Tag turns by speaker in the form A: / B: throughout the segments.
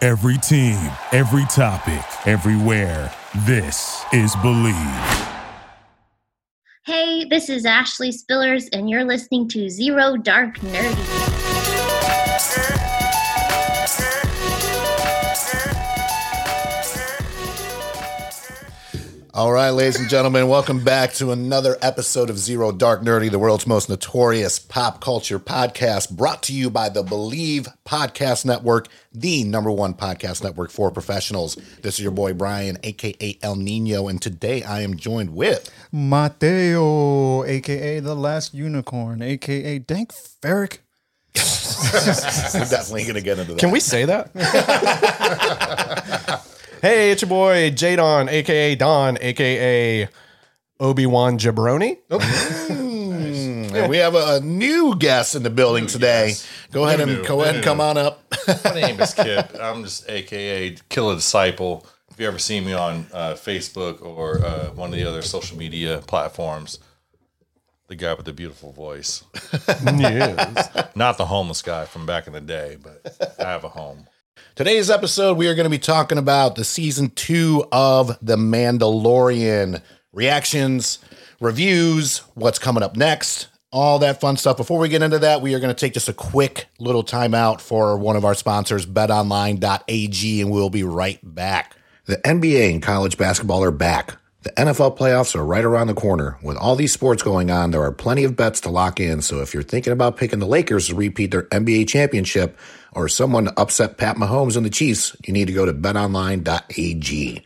A: Every team, every topic, everywhere. This is Believe.
B: Hey, this is Ashley Spillers, and you're listening to Zero Dark Nerdy.
C: All right, ladies and gentlemen, welcome back to another episode of Zero Dark Nerdy, the world's most notorious pop culture podcast, brought to you by the Believe Podcast Network, the number one podcast network for professionals. This is your boy Brian, aka El Nino, and today I am joined with
D: Mateo, aka the last unicorn, aka Dank Ferrick.
C: we're definitely going to get into that.
E: Can we say that? hey, it's your boy Jadon, aka Don, aka Obi Wan Jabroni.
C: And we have a, a new guest in the building today. Go ahead and
F: new,
C: go ahead
F: new,
C: and come
F: new.
C: on up.
F: My name is Kip. I'm just AKA Killer Disciple. If you ever see me on uh, Facebook or uh, one of the other social media platforms, the guy with the beautiful voice,
E: yes.
F: not the homeless guy from back in the day, but I have a home.
C: Today's episode, we are going to be talking about the season two of The Mandalorian reactions, reviews, what's coming up next, all that fun stuff. Before we get into that, we are going to take just a quick little timeout for one of our sponsors, betonline.ag, and we'll be right back. The NBA and college basketball are back. The NFL playoffs are right around the corner. With all these sports going on, there are plenty of bets to lock in. So if you're thinking about picking the Lakers to repeat their NBA championship or someone to upset Pat Mahomes and the Chiefs, you need to go to betonline.ag.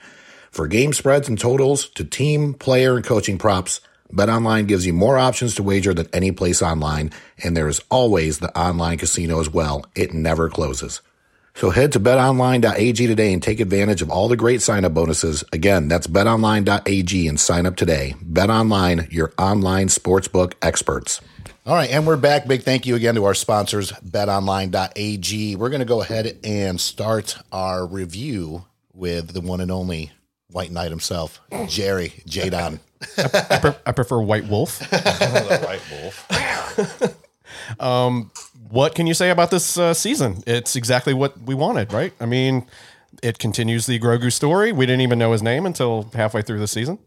C: For game spreads and totals to team, player, and coaching props, BetOnline gives you more options to wager than any place online, and there is always the online casino as well. It never closes. So head to betonline.ag today and take advantage of all the great sign up bonuses. Again, that's betonline.ag and sign up today. BetOnline, your online sportsbook experts. All right, and we're back. Big thank you again to our sponsors, betonline.ag. We're going to go ahead and start our review with the one and only White Knight himself, Jerry Jadon.
E: I, pre- I prefer White Wolf.
F: The white wolf.
E: What can you say about this uh, season? It's exactly what we wanted, right? I mean, it continues the Grogu story. We didn't even know his name until halfway through the season.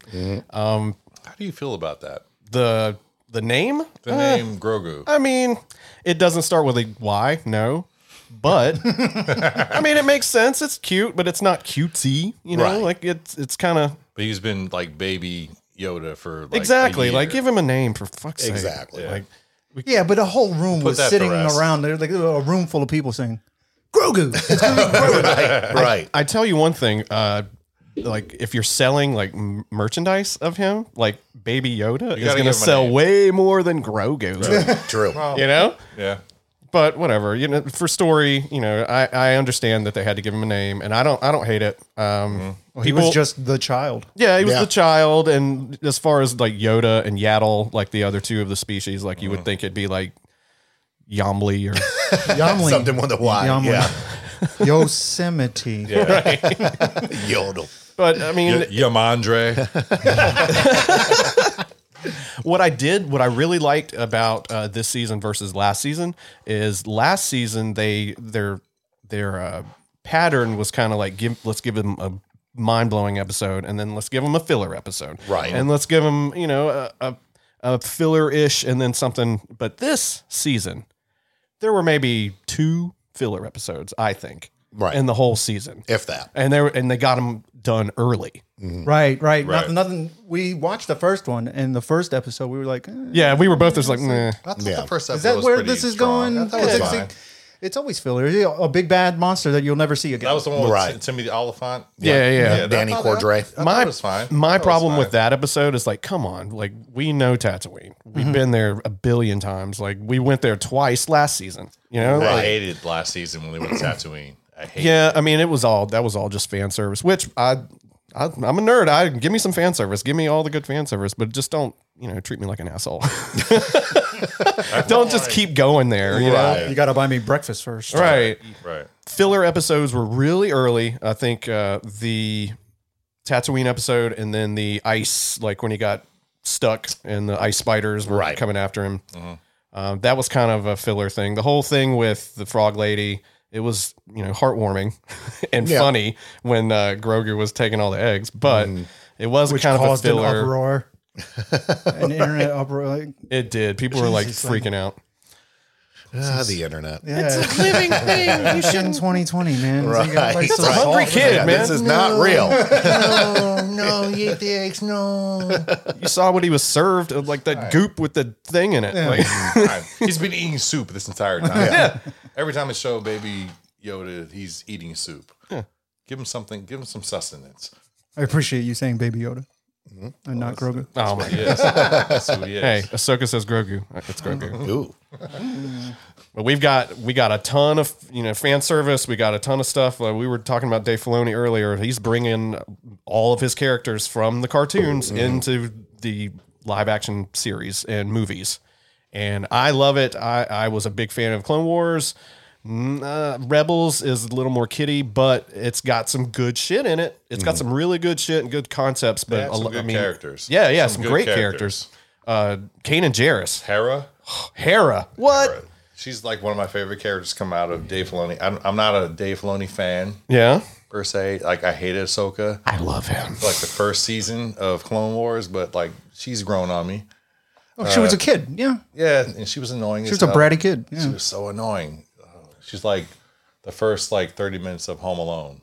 F: How do you feel about that?
E: The the name?
F: The name Grogu.
E: I mean, it doesn't start with a Y, no. But I mean, it makes sense. It's cute, but it's not cutesy. You know,
C: Right.
E: like it's it's kind of
F: But he's been like baby Yoda for like a
E: exactly
F: year.
E: like give him a name for fuck's sake.
C: Exactly.
E: Like
D: Yeah, but a whole room was
F: that to
D: sitting
F: rest.
D: around there, like a room full of people saying, Grogu. It's gonna be
C: right.
E: I tell you one thing. Uh, like if you're selling like m- merchandise of him, like Baby Yoda is
F: gotta
E: going to
F: give him a
E: sell
F: name.
E: way more than Grogu.
C: True.
E: you know.
F: yeah.
E: but whatever you know for story you know i i understand that they had to give him a name and i don't i don't hate it um
D: Well, he was just the child.
E: yeah he was
C: Yeah.
E: the child and as far as like yoda and yaddle like the other two of the species like you would think it'd be like yomli or
D: Yomli.
C: Something with a Y.
D: Yomli.
C: Yeah.
D: Yosemite.
C: Yodel.
E: but i mean
F: Y- Yamandre.
E: what I did, what I really liked about uh, this season versus last season is last season they their their uh, pattern was kind of like give let's give them a mind blowing episode and then let's give them a filler episode,
C: Right.
E: And let's give them you know a a, a filler ish and then something. But this season there were maybe two filler episodes, I think,
C: Right.
E: in the whole season,
C: If that.
E: and they were, and they got them done early.
D: Right, right.
F: Right.
D: Nothing, nothing. We watched the first one, and the first episode, we were like, eh,
E: Yeah, we were both just like, nah.
F: I thought
C: Yeah.
F: the first episode
D: is that
F: was
D: where
F: pretty
D: this is
F: strong. I
D: going?
F: thought it was
D: It's,
F: fine.
D: it's- it's always filler. You know, A big bad monster that you'll never see again.
F: That was the one with
C: Right.
F: Tim- Timothy Oliphant.
E: Yeah, yeah.
F: that-
C: Danny
F: I thought that-
C: Cordray.
F: I thought
E: my
F: it was fine.
E: My
F: That was
E: problem with
F: fine.
E: that episode is like, come on, like we know Tatooine. We've
F: Mm-hmm.
E: been there a billion times. Like we went there twice last season. You know,
F: I
E: Like,
F: hated last season when they went to Tatooine. I hate
E: yeah. I mean, it was all that was all just fan service. Which I, I I'm a nerd. I give me some fan service. Give me all the good fan service, but just don't you know treat me like an asshole. don't just keep going there. You know.
D: you got to buy me breakfast first.
E: Right.
F: Right.
E: filler episodes were really early. I think uh, the Tatooine episode and then the ice, like when he got stuck and the ice spiders were
C: Right.
E: coming after him. Um, that was kind of a filler thing. The whole thing with the frog lady it was you know heartwarming and
C: Yeah.
E: funny when uh, Grogu was taking all the eggs, but it was
D: which
E: kind of a
D: caused an
E: filler.
D: uproar, an internet uproar. Like,
E: It did. People were like freaking out.
C: Ah, the internet.
D: yeah. It's a living thing. You shouldn't. 2020, man.
C: Right.
D: That's
E: a hungry kid,
C: Yeah,
E: man.
C: This is not real.
D: Oh no, you ate the eggs. No.
E: You saw what he was served of like that goop with the thing in it. Like,
F: time. He's been eating soup this entire time.
E: Yeah.
F: Every time I show Baby Yoda, he's eating soup. Give him something. Give him some sustenance.
D: I appreciate you saying Baby Yoda, and not Grogu.
E: oh my god.
F: Yes, that's who he is.
E: Hey, Ahsoka says Grogu. It's
F: Mm-hmm.
E: Grogu.
C: Ooh.
E: But we've got we got a ton of you know fan service. We got a ton of stuff. Like we were talking about Dave Filoni earlier. He's bringing all of his characters from the cartoons
F: Mm-hmm.
E: into the live action series and movies, and I love it. I, I was a big fan of Clone Wars. Mm, uh, Rebels is a little more kiddie, but it's got some good shit in it. It's got some really good shit and good concepts. But
F: Mm-hmm. They have
E: a
F: some
E: lo-
F: good characters.
E: Yeah, yeah,
F: Some
E: some,
F: good
E: great characters.
F: characters.
E: Uh, Kane and Jarrus,
F: Hera.
E: Hera. What?
F: Hera. She's like one of my favorite characters come out of Dave Filoni. I'm, I'm not a Dave Filoni fan
E: Yeah,
F: per se. Like I hated Ahsoka,
E: I love him.
F: like the first season of Clone Wars, but like she's grown on me.
D: Oh, she was a kid. Yeah,
F: Yeah, and she was annoying.
D: she was a bratty kid. Yeah.
F: She was so annoying. Oh, She's like the first like 30 minutes of Home Alone.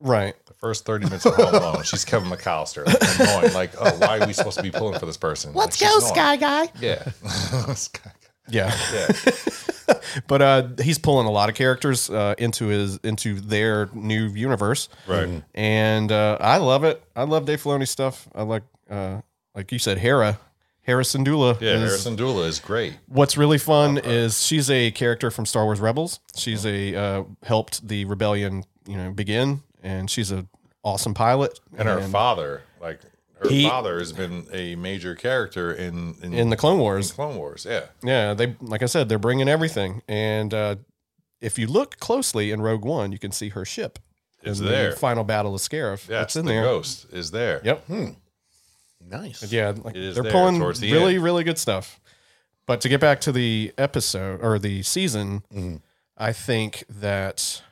E: Right.
F: The first 30 minutes of Home Alone, she's Kevin McAllister. Like, annoying. Like, oh, why are we supposed to be pulling for this person? Let's go, Sky Guy. Yeah. Sky Guy.
E: Yeah.
F: Yeah.
E: But uh, he's pulling a lot of characters uh, into his into their new universe,
F: Right.
E: and uh, I love it. I love Dave Filoni stuff. I like, uh, like you said, Hera, Harrison Dula.
F: Yeah. Harrison Dula is great.
E: What's really fun is she's a character from Star Wars Rebels. She's a uh, helped the rebellion, you know, begin, and she's a awesome pilot.
F: And her father, like, her
E: He-
F: father has been a major character in in,
E: in the Clone Wars.
F: Clone Wars. Yeah.
E: Yeah, they like I said, they're bringing everything. And uh, if you look closely in Rogue One, you can see her ship.
F: It's
E: in the
F: there.
E: Final Battle of Scarif.
F: Yeah.
E: That's in
F: the
E: there.
F: ghost is there.
E: Yep.
C: Nice.
E: Yeah, like,
F: It is
E: they're
F: there
E: pulling
F: towards the
E: really,
F: end.
E: really good stuff. But to get back to the episode or the season,
C: Mhm.
E: I think that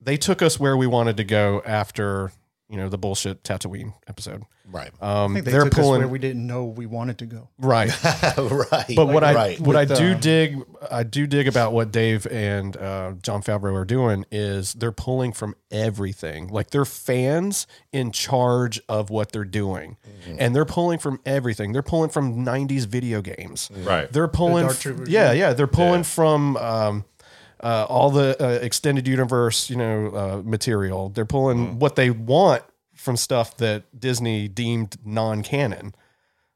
E: they took us where we wanted to go after you know the bullshit Tatooine episode.
C: Right.
E: Um,
D: I think they
E: they're
D: took us
E: pulling
D: where we didn't know we wanted to go.
E: right.
C: right.
E: But what I
C: right.
E: what I
D: With,
E: do
D: um,
E: dig I do dig about what Dave and uh, John Favreau are doing is they're pulling from everything. Like they're fans in charge of what they're doing, and they're pulling from everything. They're pulling from '90s video games.
F: Right.
E: They're pulling.
D: Dark
E: f-
D: Troopers,
E: yeah, yeah. They're pulling from. Um, uh, all the uh, extended universe, you know, uh, material. They're pulling what they want from stuff that Disney deemed non-canon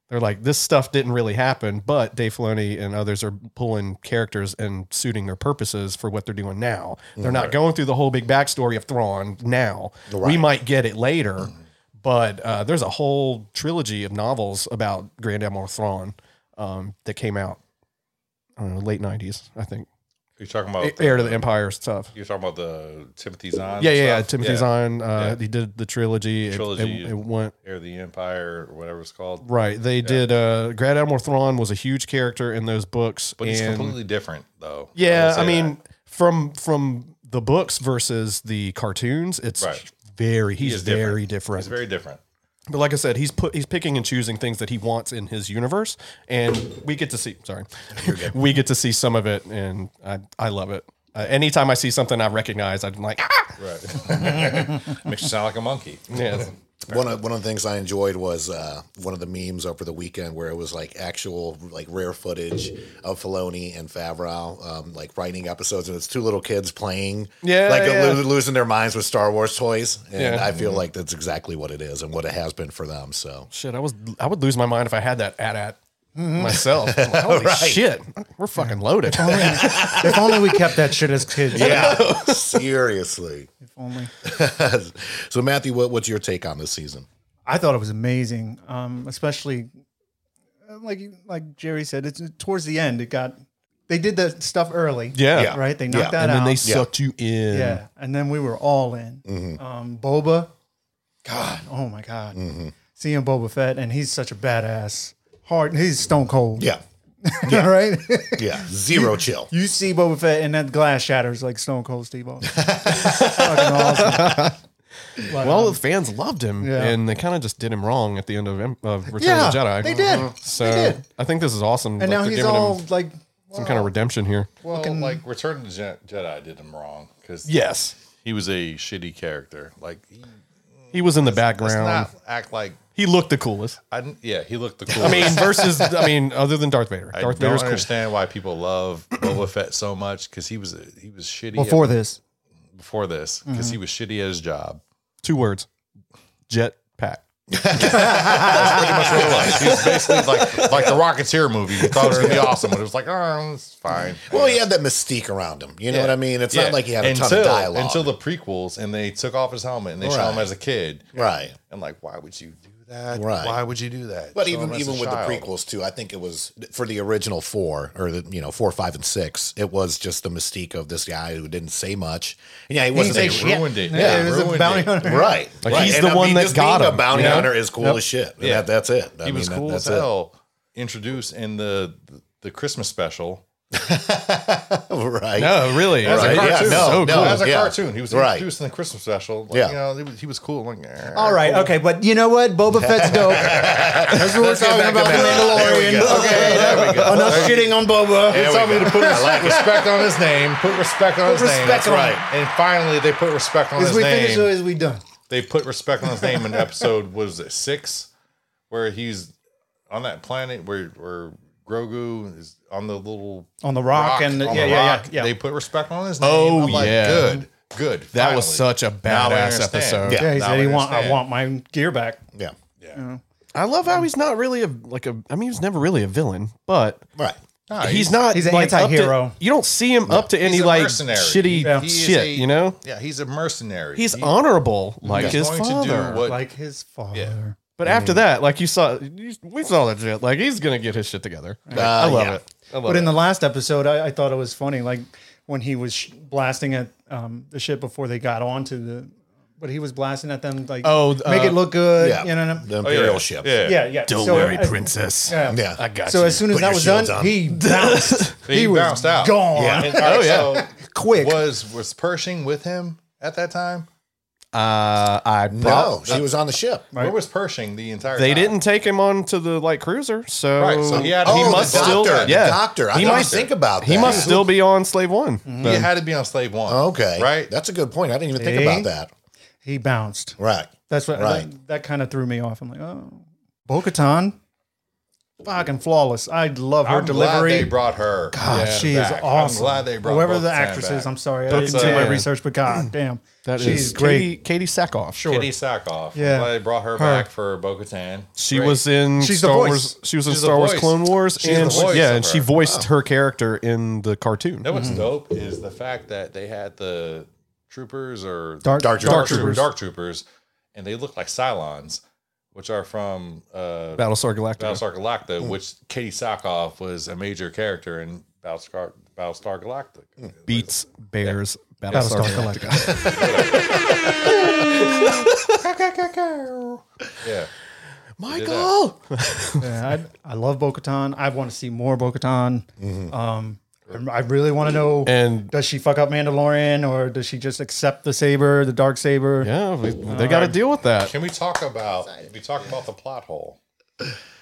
E: they're like this stuff didn't really happen, but Dave Filoni and others are pulling characters and suiting their purposes for what they're doing now. They're not going through the whole big backstory of Thrawn now. We might get it later, but uh, there's a whole trilogy of novels about Grand Admiral Thrawn um, that came out I don't know, late '90s, I think.
F: You're talking about
E: Heir to the Empire stuff.
F: You're talking about the Timothy Zahn.
E: Yeah, yeah, yeah.
F: stuff?
E: Timothy Zahn, uh,
F: Yeah.
E: he did the trilogy. It- it-
F: Trilogy.
E: it went
F: Heir of the Empire or whatever it's called.
E: Right. They did. Uh, Grand Admiral Thrawn was a huge character in those books.
F: But
E: and
F: it's completely different though.
E: yeah,
F: will say
E: I mean,
F: that.
E: from from the books versus the cartoons, it's
F: Right.
E: very.
F: He
E: He's
F: is
E: very different.
F: It's very different.
E: but like I said, he's put he's picking and choosing things that he wants in his universe, and we get to see. Sorry, we get to see some of it, and I I love it. Uh, anytime I see something I recognize, I'm like, ah!
F: Right. Makes you sound like a monkey.
E: yeah,
C: one of one of the things I enjoyed was uh, one of the memes over the weekend where it was like actual like rare footage of Filoni and Favreau um, like writing episodes and it's two little kids playing
E: Yeah,
C: like uh,
E: yeah.
C: lo- losing their minds with Star Wars toys and
E: Yeah.
C: I feel like that's exactly what it is and what it has been for them so
E: shit. I was I would lose my mind if I had that at at myself. I'm like, Holy shit, we're fucking loaded.
D: if only we kept that shit as kids.
C: yeah seriously
D: If only.
C: so Matthew what, what's your take on this season
D: I thought it was amazing, um, especially uh, like you- like Jerry said, it's towards the end. It got they did the stuff early.
E: Yeah. Yeah.
D: right. They knocked
C: Yeah.
D: that
E: and then
D: out.
E: they sucked you in.
D: yeah, and then we were all in. Um, Boba, God, oh my God, seeing Boba Fett, and he's such a badass. Hard, he's stone cold.
C: yeah
D: right?
C: Yeah, zero chill.
D: you see Boba Fett and that glass shatters like Stone Cold Steve Austin. fucking awesome. But, um,
E: Well, the fans loved him,
D: Yeah.
E: and they kind of just did him wrong at the end of, Em- of Return
D: Yeah,
E: of the Jedi.
D: they did.
C: Uh-huh.
D: They
E: So
D: did.
E: I think this is awesome.
D: and
E: that
D: now
E: they're
D: he's
E: giving him
D: all uh, like,
E: some kind of redemption here.
F: Well, like Return of the Je- Jedi did him wrong because
E: Yes,
F: he was a shitty character. Like, he-
E: he was in the
F: let's
E: background.
F: not act like
E: he looked the coolest.
F: I didn't. Yeah, he looked the coolest.
E: I mean, versus I mean, other than Darth Vader,
F: I
E: Darth
F: don't
E: Vader's cool.
F: understand why people love Boba Fett so much because he was he was shitty at-
G: Before this,
F: before this because
E: Mm-hmm.
F: he was shitty at his job.
E: Two words, jet pack.
F: That's what it was. He was basically like like the Rocketeer movie. You thought it was gonna be awesome, but it was like, oh, it's fine.
C: Well, he had that mystique around him. You know
F: Yeah.
C: what I mean? It's
F: Yeah.
C: not like he had a
F: until,
C: ton of dialogue.
F: until the prequels, and they took off his helmet and they showed
C: Right.
F: him as a kid.
C: right.
F: And like, why would you do that?
C: Right.
F: Why would you do that?
C: But
F: Show him
C: even
F: as a
C: even with
F: child.
C: the prequels too, I think it was for the original four or the you know four, five, and six. It was just the mystique of this guy who didn't say much. And yeah, he wasn't
F: they
C: a-
F: ruined it.
D: yeah, it
F: They
D: was a
F: ruined
D: bounty
F: it.
D: hunter.
C: right?
E: Like,
C: right.
E: he's the one that
C: just
E: got
C: being
E: him,
C: A bounty
E: you know?
C: hunter is cool as shit. Yeah,
F: Yeah.
C: that's it. I
F: he was
C: mean, that-
F: cool
C: that's
F: as hell. Introduced in the the Christmas special.
C: right?
E: No, really,
C: As a Right, yeah, cartoon. no,
E: so
C: no,
E: cool.
F: As a
C: yeah.
F: cartoon, he was
C: Right.
F: introduced in the Christmas special. Like,
C: Yeah.
F: you know, he was, he was cool. Like, eh,
G: all right, okay, but you know what? Boba Fett's dope. That's what we're talking
C: back
G: about.
C: to
G: The
C: Mandalorian. There we
G: Mandalorian.
C: go.
G: Okay,
F: There we go.
G: enough shitting on Boba.
F: They
C: There
F: told
C: we
F: me
C: go.
F: to put respect on his name. Put respect on his name.
G: respect
F: That's
G: on
F: right.
G: him.
F: And finally, they put respect on
D: is
F: his
D: we finished or
F: name.
D: is we done?
F: They put respect on his name in episode what is it six, where he's on that planet where where Grogu is on the little
D: On the rock, and
F: on
D: yeah,
F: the
D: yeah,
F: rock.
D: yeah, yeah.
F: They put respect on his name.
E: Oh, yeah.
F: good, good.
E: That was
F: finally.
E: such a
F: Now I
E: badass
F: understand.
E: episode.
C: Yeah.
D: yeah, he
F: now
D: said
F: I
D: he want, I
F: understand.
D: want my gear back.
C: Yeah,
E: I love
F: Mm.
E: how he's not really a like a. I mean, he's never really a villain, but
C: right.
F: Nah,
E: he's not.
D: he's an
E: like, up to-
D: anti-hero.
E: you don't see him up to
F: He's
E: any
F: a
E: like
F: mercenary.
E: shitty
D: Yeah.
F: He is
E: shit.
F: a-
E: you know,
F: Yeah, he's a mercenary.
E: he's
F: He-
E: honorable like
F: he's
E: his
F: going to do Mm.
E: father.
F: what-
D: like his father.
F: Yeah.
E: but after that, like you saw, you, we saw that shit. Like he's gonna get his shit together. Like,
F: Uh,
E: I love
C: yeah.
F: Oh,
E: it. I love
D: But in
E: it.
D: the last episode, I, I thought it was funny, like when he was sh- blasting at um, the ship before they got onto the, but he was blasting at them like,
E: Oh,
D: make
E: uh,
D: it look good,
C: Yeah,
D: you know.
C: the
D: what
C: imperial
F: yeah.
C: ship.
D: I
F: Yeah.
D: mean? Oh, Yeah, yeah.
E: Don't
D: So,
E: worry,
D: uh,
E: princess.
D: Yeah.
C: yeah.
E: I got
D: So
E: you.
D: as soon as
C: Put
D: that
C: your
D: was done,
C: shields up.
D: he bounced.
F: He, bounced out.
D: gone.
C: Yeah.
F: And, oh yeah.
D: Quick.
F: Was was Pershing with him at that time?
E: Uh, I
C: No, she was on the ship.
F: Where was Pershing the entire
E: They
F: time?
E: didn't take him on to the like cruiser, so,
F: Right, so he had-
E: he
F: Oh,
E: must
F: the
E: still
C: doctor, the
E: yeah
C: doctor. I
E: he
C: didn't
E: must
C: think about
E: he
C: that.
E: must still be on Slave One.
F: He
E: then.
F: had to be on Slave One.
C: Okay,
F: Right?
C: That's a good point. I didn't even think
D: See?
C: about that.
D: He bounced.
C: Right.
D: That's what
C: Right.
D: that, kind of threw me off. I'm like, oh, Bo-Katan, fucking flawless. I love her
F: I'm
D: delivery.
F: glad they brought her.
D: God,
F: yeah,
D: she
F: back.
D: is awesome.
F: I'm glad they brought
D: whoever
F: both
D: the
F: of them
D: actress is.
F: back.
D: I'm sorry, I
E: Bo-Katan.
D: didn't do my
E: Yeah.
D: research, but god damn,
E: uh, That is
D: she's great.
E: Katie, Katie Sackhoff. Sure,
F: Kitty Sackhoff.
D: Yeah.
F: I'm glad they brought her, back for Bo Katan.
E: she was in
D: She's the
E: Star
D: voice.
E: Wars. She was in
F: She's the
E: Star Wars
F: voice.
E: Clone Wars,
F: She's
E: and
F: the voice
E: she, yeah,
F: of
E: and she
F: her.
E: voiced her character in the cartoon.
F: You know what's
D: Mm-hmm.
F: dope is the fact that they had the troopers or
D: Dark- Dark
F: dark
D: troopers.
F: troopers, dark troopers, and they look like Cylons, which are from uh,
E: Battlestar Galactica.
F: Battlestar Galactica,
E: Hmm.
F: which Katie Sackhoff was a major character in Battlestar, Battlestar Galactica.
E: Hmm. beats bears. Battlestar, Galactica.
F: Yeah.
E: Michael.
D: Yeah, I, I love Bo-Katan. I want to see more Bo-Katan. Um, I- I really want to know:
E: And-
D: does she fuck up Mandalorian, or does she just accept the saber, the dark saber?
E: Yeah, we, they got to deal with that.
F: Can we talk about we talk about the plot hole?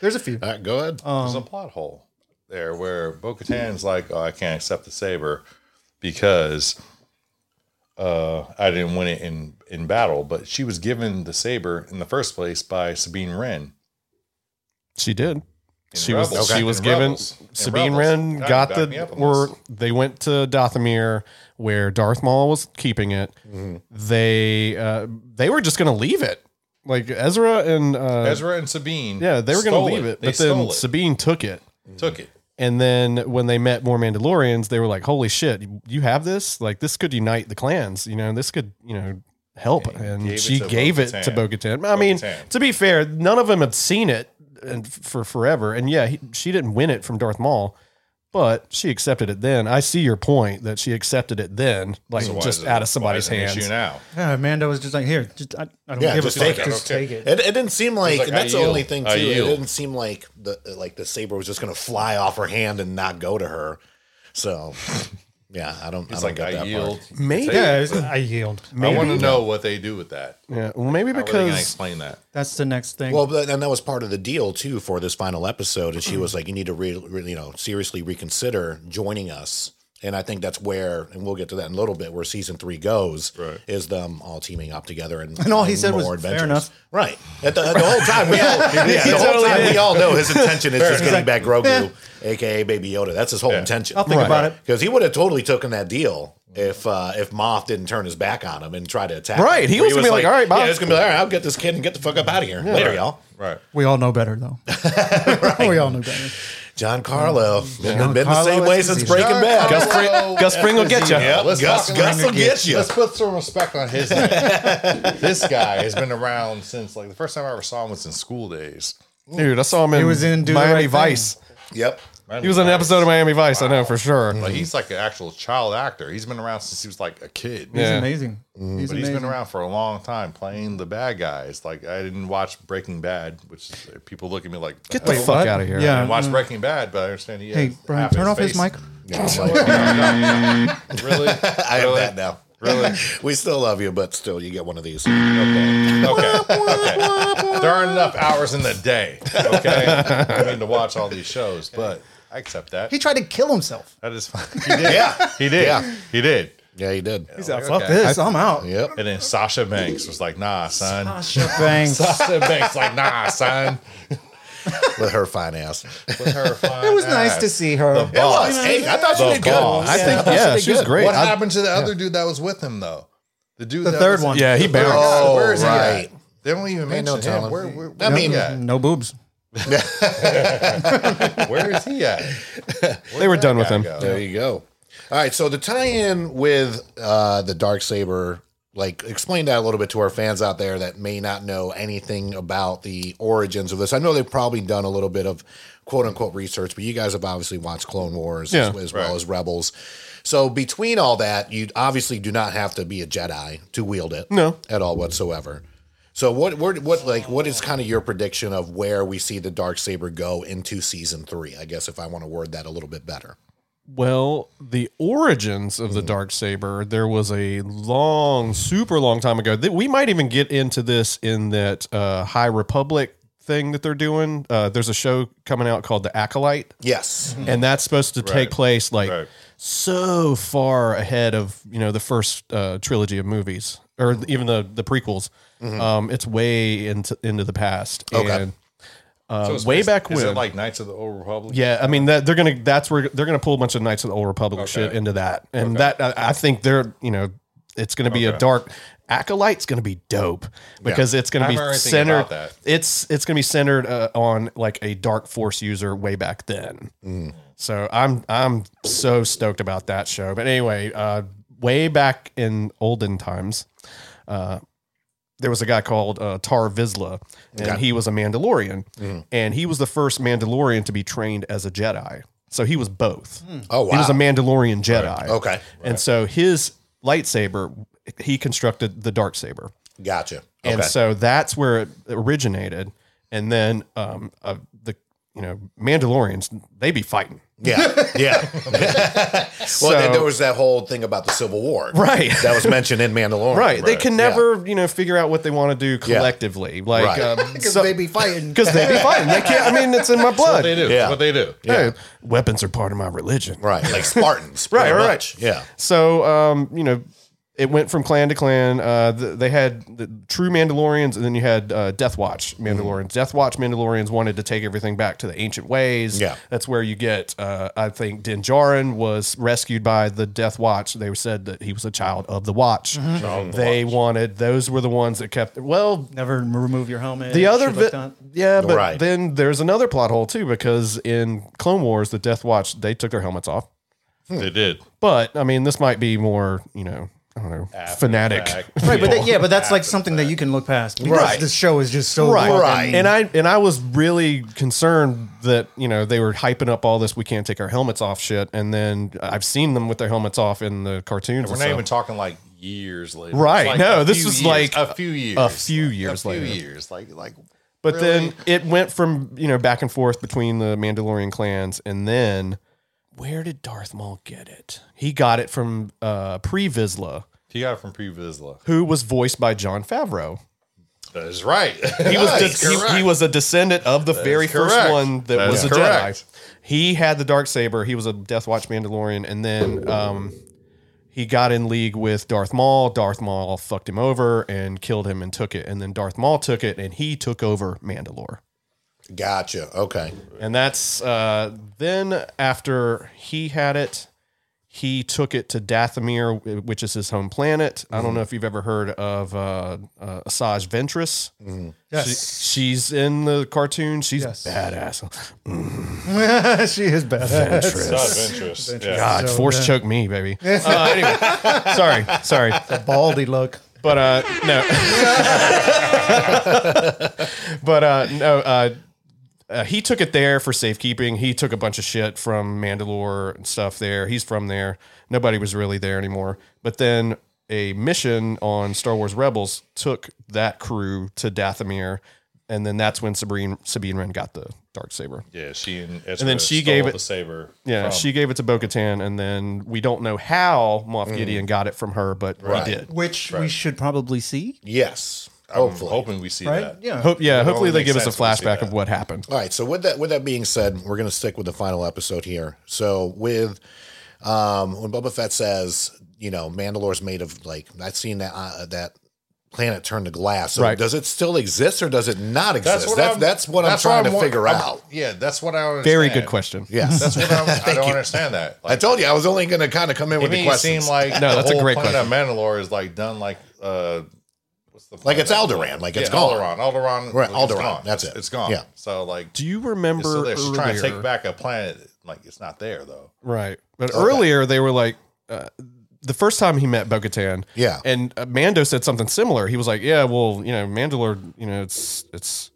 D: There's a few.
C: All right. Go ahead.
F: There's
E: Um,
F: a plot hole there where Bo Katan's like, oh, I can't accept the saber because uh, I didn't win it in, in battle, but she was given the saber in the first place by Sabine Wren.
E: She did. She
F: Rebels.
E: was
F: Okay.
E: she was
F: In
E: given
F: Rebels. In
E: Sabine
F: Rebels.
E: Wren
F: God,
E: got
F: back me
E: the
F: up on
E: or
F: this.
E: they went to Dothamir where Darth Maul was keeping it.
F: Mm-hmm.
E: They uh, they were just gonna leave it like Ezra and uh,
F: Ezra and Sabine.
E: yeah they were gonna
F: stole
E: leave it,
F: They
E: but then
F: stole it.
E: Sabine took it.
F: took it.
E: And then when they met more Mandalorians, they were like, "Holy shit, you- you have this! Like this could unite the clans. You know, this could you know help." And
F: gave it
E: she
F: to
E: gave it to Bo-Katan. I mean,
F: Bo-Katan.
E: to be fair, none of them have seen it and f- for forever. And yeah, he, she didn't win it from Darth Maul, But she accepted it then. I see your point that she accepted it then, like
F: So why is
E: just
F: it-
E: out of
F: why
E: somebody's
F: is it an
E: hands.
F: Issue now.
D: Yeah, Amanda was just like, here, just, I, I don't
C: Yeah,
D: give a
C: just
D: fuck.
C: take it.
D: Just
F: Okay.
D: take it.
C: It, it didn't seem like,
F: like,
C: and
F: I
C: that's the
F: yield.
C: only thing too.
F: I E
C: It
F: yield.
C: didn't seem like the like the saber was just gonna fly off her hand and not go to her. So yeah, I don't.
F: It's
C: I don't
F: like
C: get
F: I E
C: that
F: yield.
C: Part.
E: Maybe.
D: Yeah, it was- I yield.
F: I want to know what they do with that.
E: Yeah, well, maybe
F: How are they going to
E: because
F: explain that?
D: That's the next thing.
C: Well, but, and that was part of the deal too for this final episode. And she was like, "You need to re- re- you know seriously reconsider joining us." And I think that's where, and we'll get to that in a little bit, where season three goes
F: Right.
C: is them all teaming up together and,
D: And all he said was,
C: more
D: "Fair
C: adventures."
D: enough.
C: right? At the, the whole time, we all, yeah, the whole time we all know his intention is just getting back Grogu, aka Baby Yoda. That's his whole intention.
D: I'll think
E: Right.
D: about it.
C: because he would have totally taken that deal if uh, if Moth didn't turn his back on him and try to attack. him.
E: Right, he
C: Where
E: was gonna be like, "All right, Moff."
C: yeah, it's gonna be like, all right, I'll get this kid and get the fuck up out of here later, y'all."
F: Right.
D: We all know better, though. we all know better.
C: John Carlo been, been the
D: Carlo
C: same way since
D: Esposito.
C: Breaking
F: John
C: Bad.
E: Gus,
F: Carlo.
E: Fring, Gus Fring will get you.
F: oh, Yeah, let's
C: Gus,
F: fucking
C: Gus will
F: ring it.
C: get you.
F: Let's put some respect on his name. this guy has been around since like the first time I ever saw him was in school days.
E: Dude, I saw him in,
D: He was in Do the
E: Miami
D: Right Thing.
E: Vice.
C: Yep.
E: He was on an episode of Miami Vice, I know for sure.
F: Like he's like an actual child actor. He's been around since he was like a kid.
E: Yeah.
D: He's amazing. He's
F: But
D: amazing.
F: he's been around for a long time playing the bad guys. Like I didn't watch Breaking Bad, which is, uh, people look at me like
E: Get the
F: hell?
E: fuck
D: what?
E: out of here.
F: I
D: Yeah.
F: didn't watch Breaking Bad, but I understand he.
D: Hey,
F: has
D: Brian,
F: half
D: turn off his
F: face-
D: mic.
C: Yeah, it's like,
F: Really?
C: I have that now.
F: Really?
C: We still love you, but still, you get one of these.
F: Okay. Okay. okay. There aren't enough hours in the day. Okay. I mean to watch all these shows, but I accept that.
D: He tried to kill himself.
F: That is fine. He did.
C: Yeah.
F: He did.
C: Yeah.
F: He did.
C: Yeah, he did.
D: He's like,
F: Okay.
D: fuck this. I, am out.
C: Yep.
F: And then Sasha Banks was like, nah, son.
D: Thanks.
F: Sasha Banks like, nah, son.
C: With her fine ass.
F: With her
D: It was nice to see her.
C: It was. Hey, I thought
F: The
C: she did good.
F: boss.
E: I think,
C: thought
E: yeah,
C: did
E: she was
C: good.
E: great.
F: What
E: I-
F: happened to the other dude that was with him though? The dude,
D: The
F: that
D: third
F: was-
D: one.
E: Yeah, he
F: Oh,
E: bounced.
F: God,
C: Oh,
F: where is he
C: right.
F: at? They don't even
C: Ain't no
F: mention him.
C: telling.
F: Where, where, where,
C: I mean,
F: yeah.
D: No boobs.
F: where is he at?
E: They were done with him.
C: There you go. All right, so the tie-in with uh, the dark saber, like, explain that a little bit to our fans out there that may not know anything about the origins of this. I know they've probably done a little bit of quote unquote research, but you guys have obviously watched Clone Wars as,
E: Yeah.
C: as well as Rebels. So between all that, you obviously do not have to be a Jedi to wield it,
E: No.
C: at all whatsoever. So what, what, what, like, what is kind of your prediction of where we see the dark saber go into season three? I guess if I want to word that a little bit better.
E: Well, the origins of the dark saber. There was a long, super long time ago. That we might even get into this in that uh, High Republic thing that they're doing. Uh, there's a show coming out called The Acolyte,
C: Yes.
E: and that's supposed to take
F: Right.
E: place like
F: Right.
E: so far ahead of you know the first uh, trilogy of movies or even the the prequels. Um, it's way into into the past.
C: Okay.
E: And, uh,
F: So it's-
E: way
F: is-
E: back
F: is
E: when,
F: it like Knights of the Old Republic?
E: Yeah, I mean that they're gonna that's where they're gonna pull a bunch of Knights of the Old Republic shit into that, and that I, I think they're you know it's gonna be a dark acolyte's gonna be dope because it's gonna
F: I've heard
E: be
F: anything
E: centered.
F: about that.
E: It's it's gonna be centered uh, on like a dark force user way back then. So I'm I'm so stoked about that show. But anyway, uh, way back in olden times, uh, there was a guy called uh, Tar Vizsla, and he was a Mandalorian, and he was the first Mandalorian to be trained as a Jedi. So he was both.
C: Oh wow.
E: He was a Mandalorian Jedi.
C: okay.
E: And so his lightsaber, he constructed the dark saber.
C: Gotcha. Okay.
E: And so that's where it originated. And then um, uh, the you know Mandalorians, they be fighting.
C: yeah. Yeah. well, then
E: So-
C: there was that whole thing about the Civil War.
E: Right.
C: That was mentioned in Mandalorian.
E: Right. They can
C: Yeah.
E: never, you know, figure out what they want to do collectively. Like,
C: Right.
E: because
D: they be fighting.
E: they be fighting. They can't. I mean, it's in my blood.
F: They do.
C: Yeah.
F: What they do.
E: Hey, weapons are part of my religion.
C: Right. Like Spartans.
E: Right,
C: pretty
E: right.
C: much. Yeah.
E: So, um, you know, it went from clan to clan. Uh, th- they had the true Mandalorians, and then you had uh, Death Watch Mandalorians. Death Watch Mandalorians wanted to take everything back to the ancient ways.
C: Yeah.
E: that's where you get. Uh, I think Din Djarin was rescued by the Death Watch. They said that he was a child of the Watch. They wanted those were the ones that kept. Well,
D: Never remove your helmet.
E: the other
D: shit like
E: bit,
D: that.
E: yeah, but
C: Right.
E: then there's another plot hole too because in Clone Wars, the Death Watch they Hmm. took their helmets off.
F: They did.
E: But I mean, this might be more, you know, I don't know,
F: After
E: fanatic.
F: the fact.
D: Right, but that, yeah, but that's like
F: After
D: something that you can look past because
C: Right.
D: the show is just so
E: Right.
D: fucking-
C: Right.
E: And I and I was really concerned that you know they were hyping up all this we can't take our helmets off shit, and then I've seen them with their helmets off in the cartoons.
F: We're
E: and
F: not
E: stuff.
F: even talking like years later.
E: Right,
F: It's like
E: no,
F: a
E: this
F: few
E: was
F: years-
E: like
F: a few years.
E: a few
F: like,
E: years
F: A
E: later.
F: few years. Like like
E: But
F: Really?
E: then it went from you know back and forth between the Mandalorian clans, and then where did Darth Maul get it? He got it from uh, Pre Vizsla,
F: he got it from Pre Vizsla.
E: who was voiced by John Favreau.
F: That's right.
E: He was he, he was a descendant of the very first
F: correct.
E: one that
F: That
E: was
F: is
E: a Jedi.
F: correct.
E: He had the dark saber. He was a Death Watch Mandalorian, and then um, he got in league with Darth Maul. Darth Maul fucked him over and killed him and took it. And then Darth Maul took it and he took over Mandalore.
C: Gotcha. Okay.
E: And that's uh, then after he had it, he took it to Dathomir, which is his home planet. I don't know if you've ever heard of uh, uh, Asajj Ventress.
D: Yes.
E: She, she's in the cartoon. She's
D: Yes.
E: badass.
D: she is badass.
F: It's adventurous. Yeah.
E: God,
D: So
E: Uh, force
D: bad.
E: choke me, baby. Uh, anyway, sorry, sorry.
D: Baldy look.
E: But uh, no. but uh, no. Uh, uh, he took it there for safekeeping. He took a bunch of shit from Mandalore and stuff there. He's from there. Nobody was really there anymore. But then a mission on Star Wars Rebels took that crew to Dathomir, and then that's when Sabine Sabine Wren got the dark saber.
F: Yeah, she and,
E: And then she gave it-
F: the saber.
E: Yeah,
F: from-
E: she gave it to Bo-Katan, and then we don't know how Moff
F: Mm.
E: Gideon got it from her, but
C: Right.
E: he did.
D: Which we should probably see.
C: Yes.
E: Um,
F: I'm
C: Hopefully.
F: hoping we see
D: Right?
F: that.
D: Yeah.
E: Hope, yeah,
F: It
E: hopefully
F: only
E: they give
F: makes
E: us a
F: sense when we see
E: flashback
F: that.
E: of what happened.
C: All right. So with that with that being said, we're gonna stick with the final episode here. So with um when Boba Fett says, you know, Mandalore's made of like I've seen that uh, that planet turn to glass. So
E: Right.
C: does it still exist or does it not exist?
F: That's
C: That's
F: what
C: that's,
F: I'm-
C: what
F: that's
C: I'm trying to
F: wa-
C: figure
F: I'm-
C: out.
F: Yeah, that's what I don't
E: Very
F: understand.
E: good question.
C: Yes.
F: That's what I, I don't
C: you.
F: understand that.
C: I told you I was only gonna kind of come in
F: It
C: with the
F: made it
C: questions.
F: seem like
E: No,
F: the
E: that's a
F: whole
E: great
F: planet Of Mandalore is like done like uh, what's the
C: Like it's
F: planet?
C: Alderaan, like it's
F: yeah,
C: gone.
F: Alderaan, Alderaan,
C: Right,
F: like, it's
C: Alderaan,
F: gone.
C: that's
F: It's-
C: it.
F: It's gone.
C: Yeah.
F: So like,
E: Do you
F: it's
E: remember
F: still there. She's trying to
E: earlier-
F: take back a planet. Like it's not there though.
E: Right. But earlier they were like uh, the first time he met Bo-Katan,
C: Yeah.
E: and uh, Mando said something similar. He was like, "Yeah, well, you know, Mandalore, you know, it's it's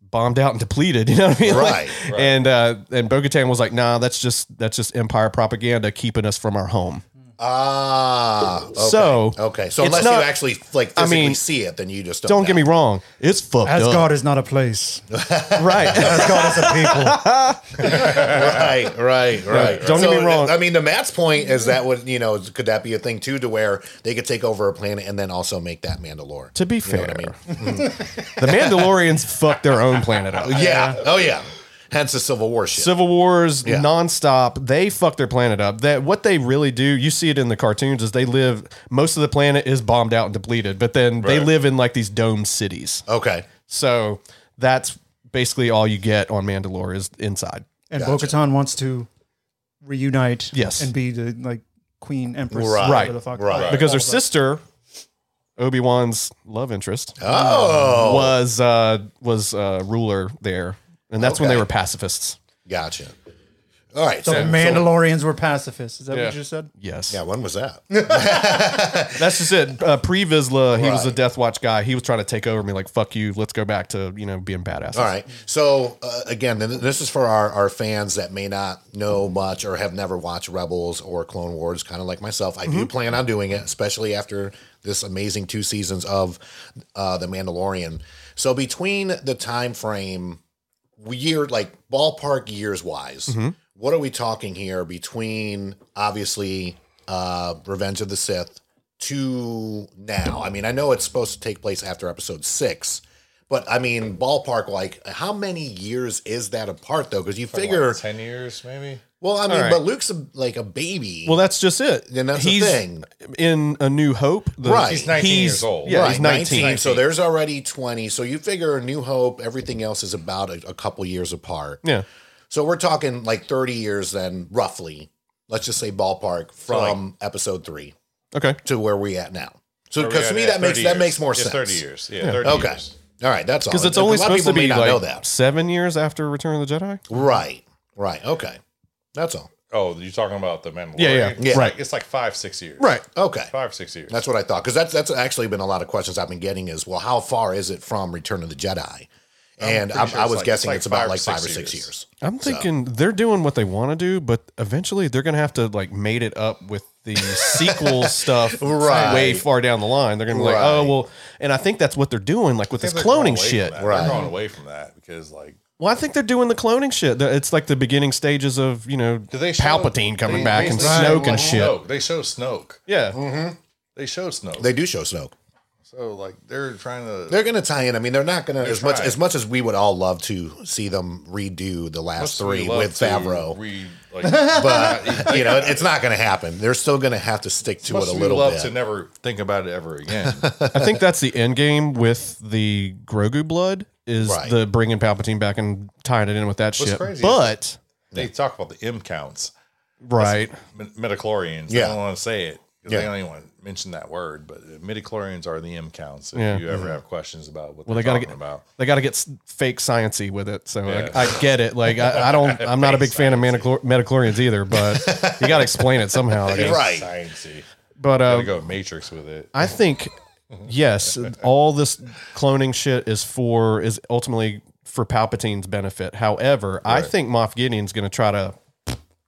E: bombed out and depleted, you know what I mean?" Like-
C: Right,
F: right.
E: And uh and Bo-Katan was like, "Nah, that's just that's just empire propaganda keeping us from our home."
C: Ah, okay.
E: So,
C: okay, so
E: it's
C: unless you
E: not-
C: actually like physically
E: I mean,
C: see it, then you just don't.
E: Don't
C: know.
E: get me wrong, it's fucked
D: Asgard
E: up.
D: is not a place.
E: Right.
D: Asgard is a people.
C: right, right, right. uh,
E: don't get me wrong.
C: I mean, to Matt's point is that would you know could that be a thing too, to where they could take over a planet and then also make that Mandalore?
E: to be
C: You know
E: fair,
C: what I mean?
E: the Mandalorians fucked their own planet up.
C: Yeah. Oh yeah. Hence the Civil War shit.
E: Civil Wars
C: Yeah.
E: nonstop. They fuck their planet up. That what they really do. You see it in the cartoons is they live. Most of the planet is bombed out and depleted, but then they live in like these dome cities.
C: okay.
E: So that's basically all you get on Mandalore is inside.
D: And Bo-Katan wants to reunite
E: Yes.
D: and be the like queen empress.
C: Right.
D: whatever the fuck.
C: Right.
E: Because her
D: All that.
E: sister, Obi Wan's love interest,
C: Oh,
E: was uh, was uh, ruler there, and that's when
C: Okay.
E: they were pacifists.
C: gotcha. All right.
D: The
C: So,
D: Mandalorians were pacifists. Is that
E: Yeah.
D: what you just said?
E: Yes,
C: yeah. When was that?
E: That's just it. Uh, Pre Vizsla, he was a
C: Right.
E: Death Watch guy. He was trying to take over me, like fuck you. Let's go back to you know being badass.
C: All right. So uh, again, th- this is for our, our fans that may not know much or have never watched Rebels or Clone Wars, kind of like myself. I do plan on doing it, especially after this amazing two seasons of uh, The Mandalorian. So between the time frame, year like ballpark years wise,
E: Mm-hmm.
C: what are we talking here between obviously uh, Revenge of the Sith to now? I mean, I know it's supposed to take place after Episode Six. But I mean, ballpark, like, how many years is that apart though? Because you figure,
F: Like, ten years maybe.
C: well, I mean,
E: right.
C: but Luke's a, like a baby.
E: Well, that's just it.
C: Then that's the
E: he's
C: thing.
E: in A New Hope. The-
C: Right.
F: He's 19
E: he's-
F: years old.
E: Yeah,
C: right,
E: he's 19.
C: So there's already 20. So you figure New Hope, everything else is about a, a couple years apart.
E: Yeah.
C: So we're talking like 30 years then, roughly. Let's just say ballpark from episode three
E: Okay.
C: to where we at now. So
F: Where we
C: because to
F: at
C: me
F: at
C: that makes
F: 30
C: that
F: years.
C: makes more
F: It's
C: sense.
F: Thirty years. Yeah. 30
C: Okay.
F: Years.
C: All right. That's all.
E: Because it's
C: A
E: only
C: lot of
E: supposed to
C: people may
E: be
C: not know
E: like
C: that.
E: seven years after Return of the Jedi.
C: Right. Right. Okay. That's all.
F: Oh, you're talking about the Mandalorian?
E: Yeah, yeah.
F: It's
C: Yeah.
F: Like, it's like five, six years.
E: Right.
C: Okay.
F: Five, six years.
C: That's what I thought because that's that's actually been a lot of questions I've been getting is well how far is it from Return of the Jedi, and
F: pretty
C: I,
F: sure
C: I
F: it's
C: was
F: like-
C: guessing
F: it's
C: it's
F: like
C: about like five or six years.
E: I'm thinking they're doing what they want to do, but eventually they're going to have to like mate it up with the sequel stuff
C: Right.
E: way far down the line. They're going to be like,
C: Right.
E: oh, well, and I think that's what they're doing, like with
F: I
E: this
F: think they're going
E: cloning
F: away
E: shit.
F: from that.
C: Right.
F: They're going away from that because, like,
E: Well, I think they're doing the cloning shit. The- It's like the beginning stages of, you know,
F: do they show-
E: Palpatine coming
F: they
E: back and
F: basically show,
E: Snoke
F: like,
E: and shit.
F: Snoke. They show Snoke.
E: Yeah.
C: Mm.
F: They show Snoke.
C: They do show Snoke.
F: so, like, they're trying to.
C: They're going to tie in. I mean, they're not going to as much
F: trying.
C: as much as we would all love to see them redo the last
F: Plus, we
C: three
F: love
C: with
F: to
C: Favreau,
F: Read, like,
C: but you know it's not going to happen. They're still going to have to stick to it
F: plus
C: a
F: we
C: little
F: love
C: bit.
F: to never think about it ever again.
E: I think that's the end game with the Grogu blood is
C: Right.
E: the bringing Palpatine back and tying it in with that
F: What's
E: shit.
F: crazy is-
E: But,
F: they talk about the M counts,
E: right.
F: mid- midichlorians.
C: Yeah.
F: They don't want to say it. 'cause
C: Yeah.
F: They don't even want to mention that word, but uh, midichlorians are the M counts. If
E: Yeah.
F: you ever have questions about what
E: Well,
F: they're
E: they gotta
F: talking
E: get-
F: about,
E: they got to get s- fake sciency with it. So
F: Yeah.
E: I, I get it. Like I, I don't, I'm not a big fan of manichlor- metachlorians either, but you got to explain it somehow. I guess.
C: Right.
F: Sciencey.
E: But
F: Gotta
E: uh,
F: go Matrix with it.
E: I think yes, all this cloning shit is for is ultimately for Palpatine's benefit. However, I think Moff Gideon's going to try to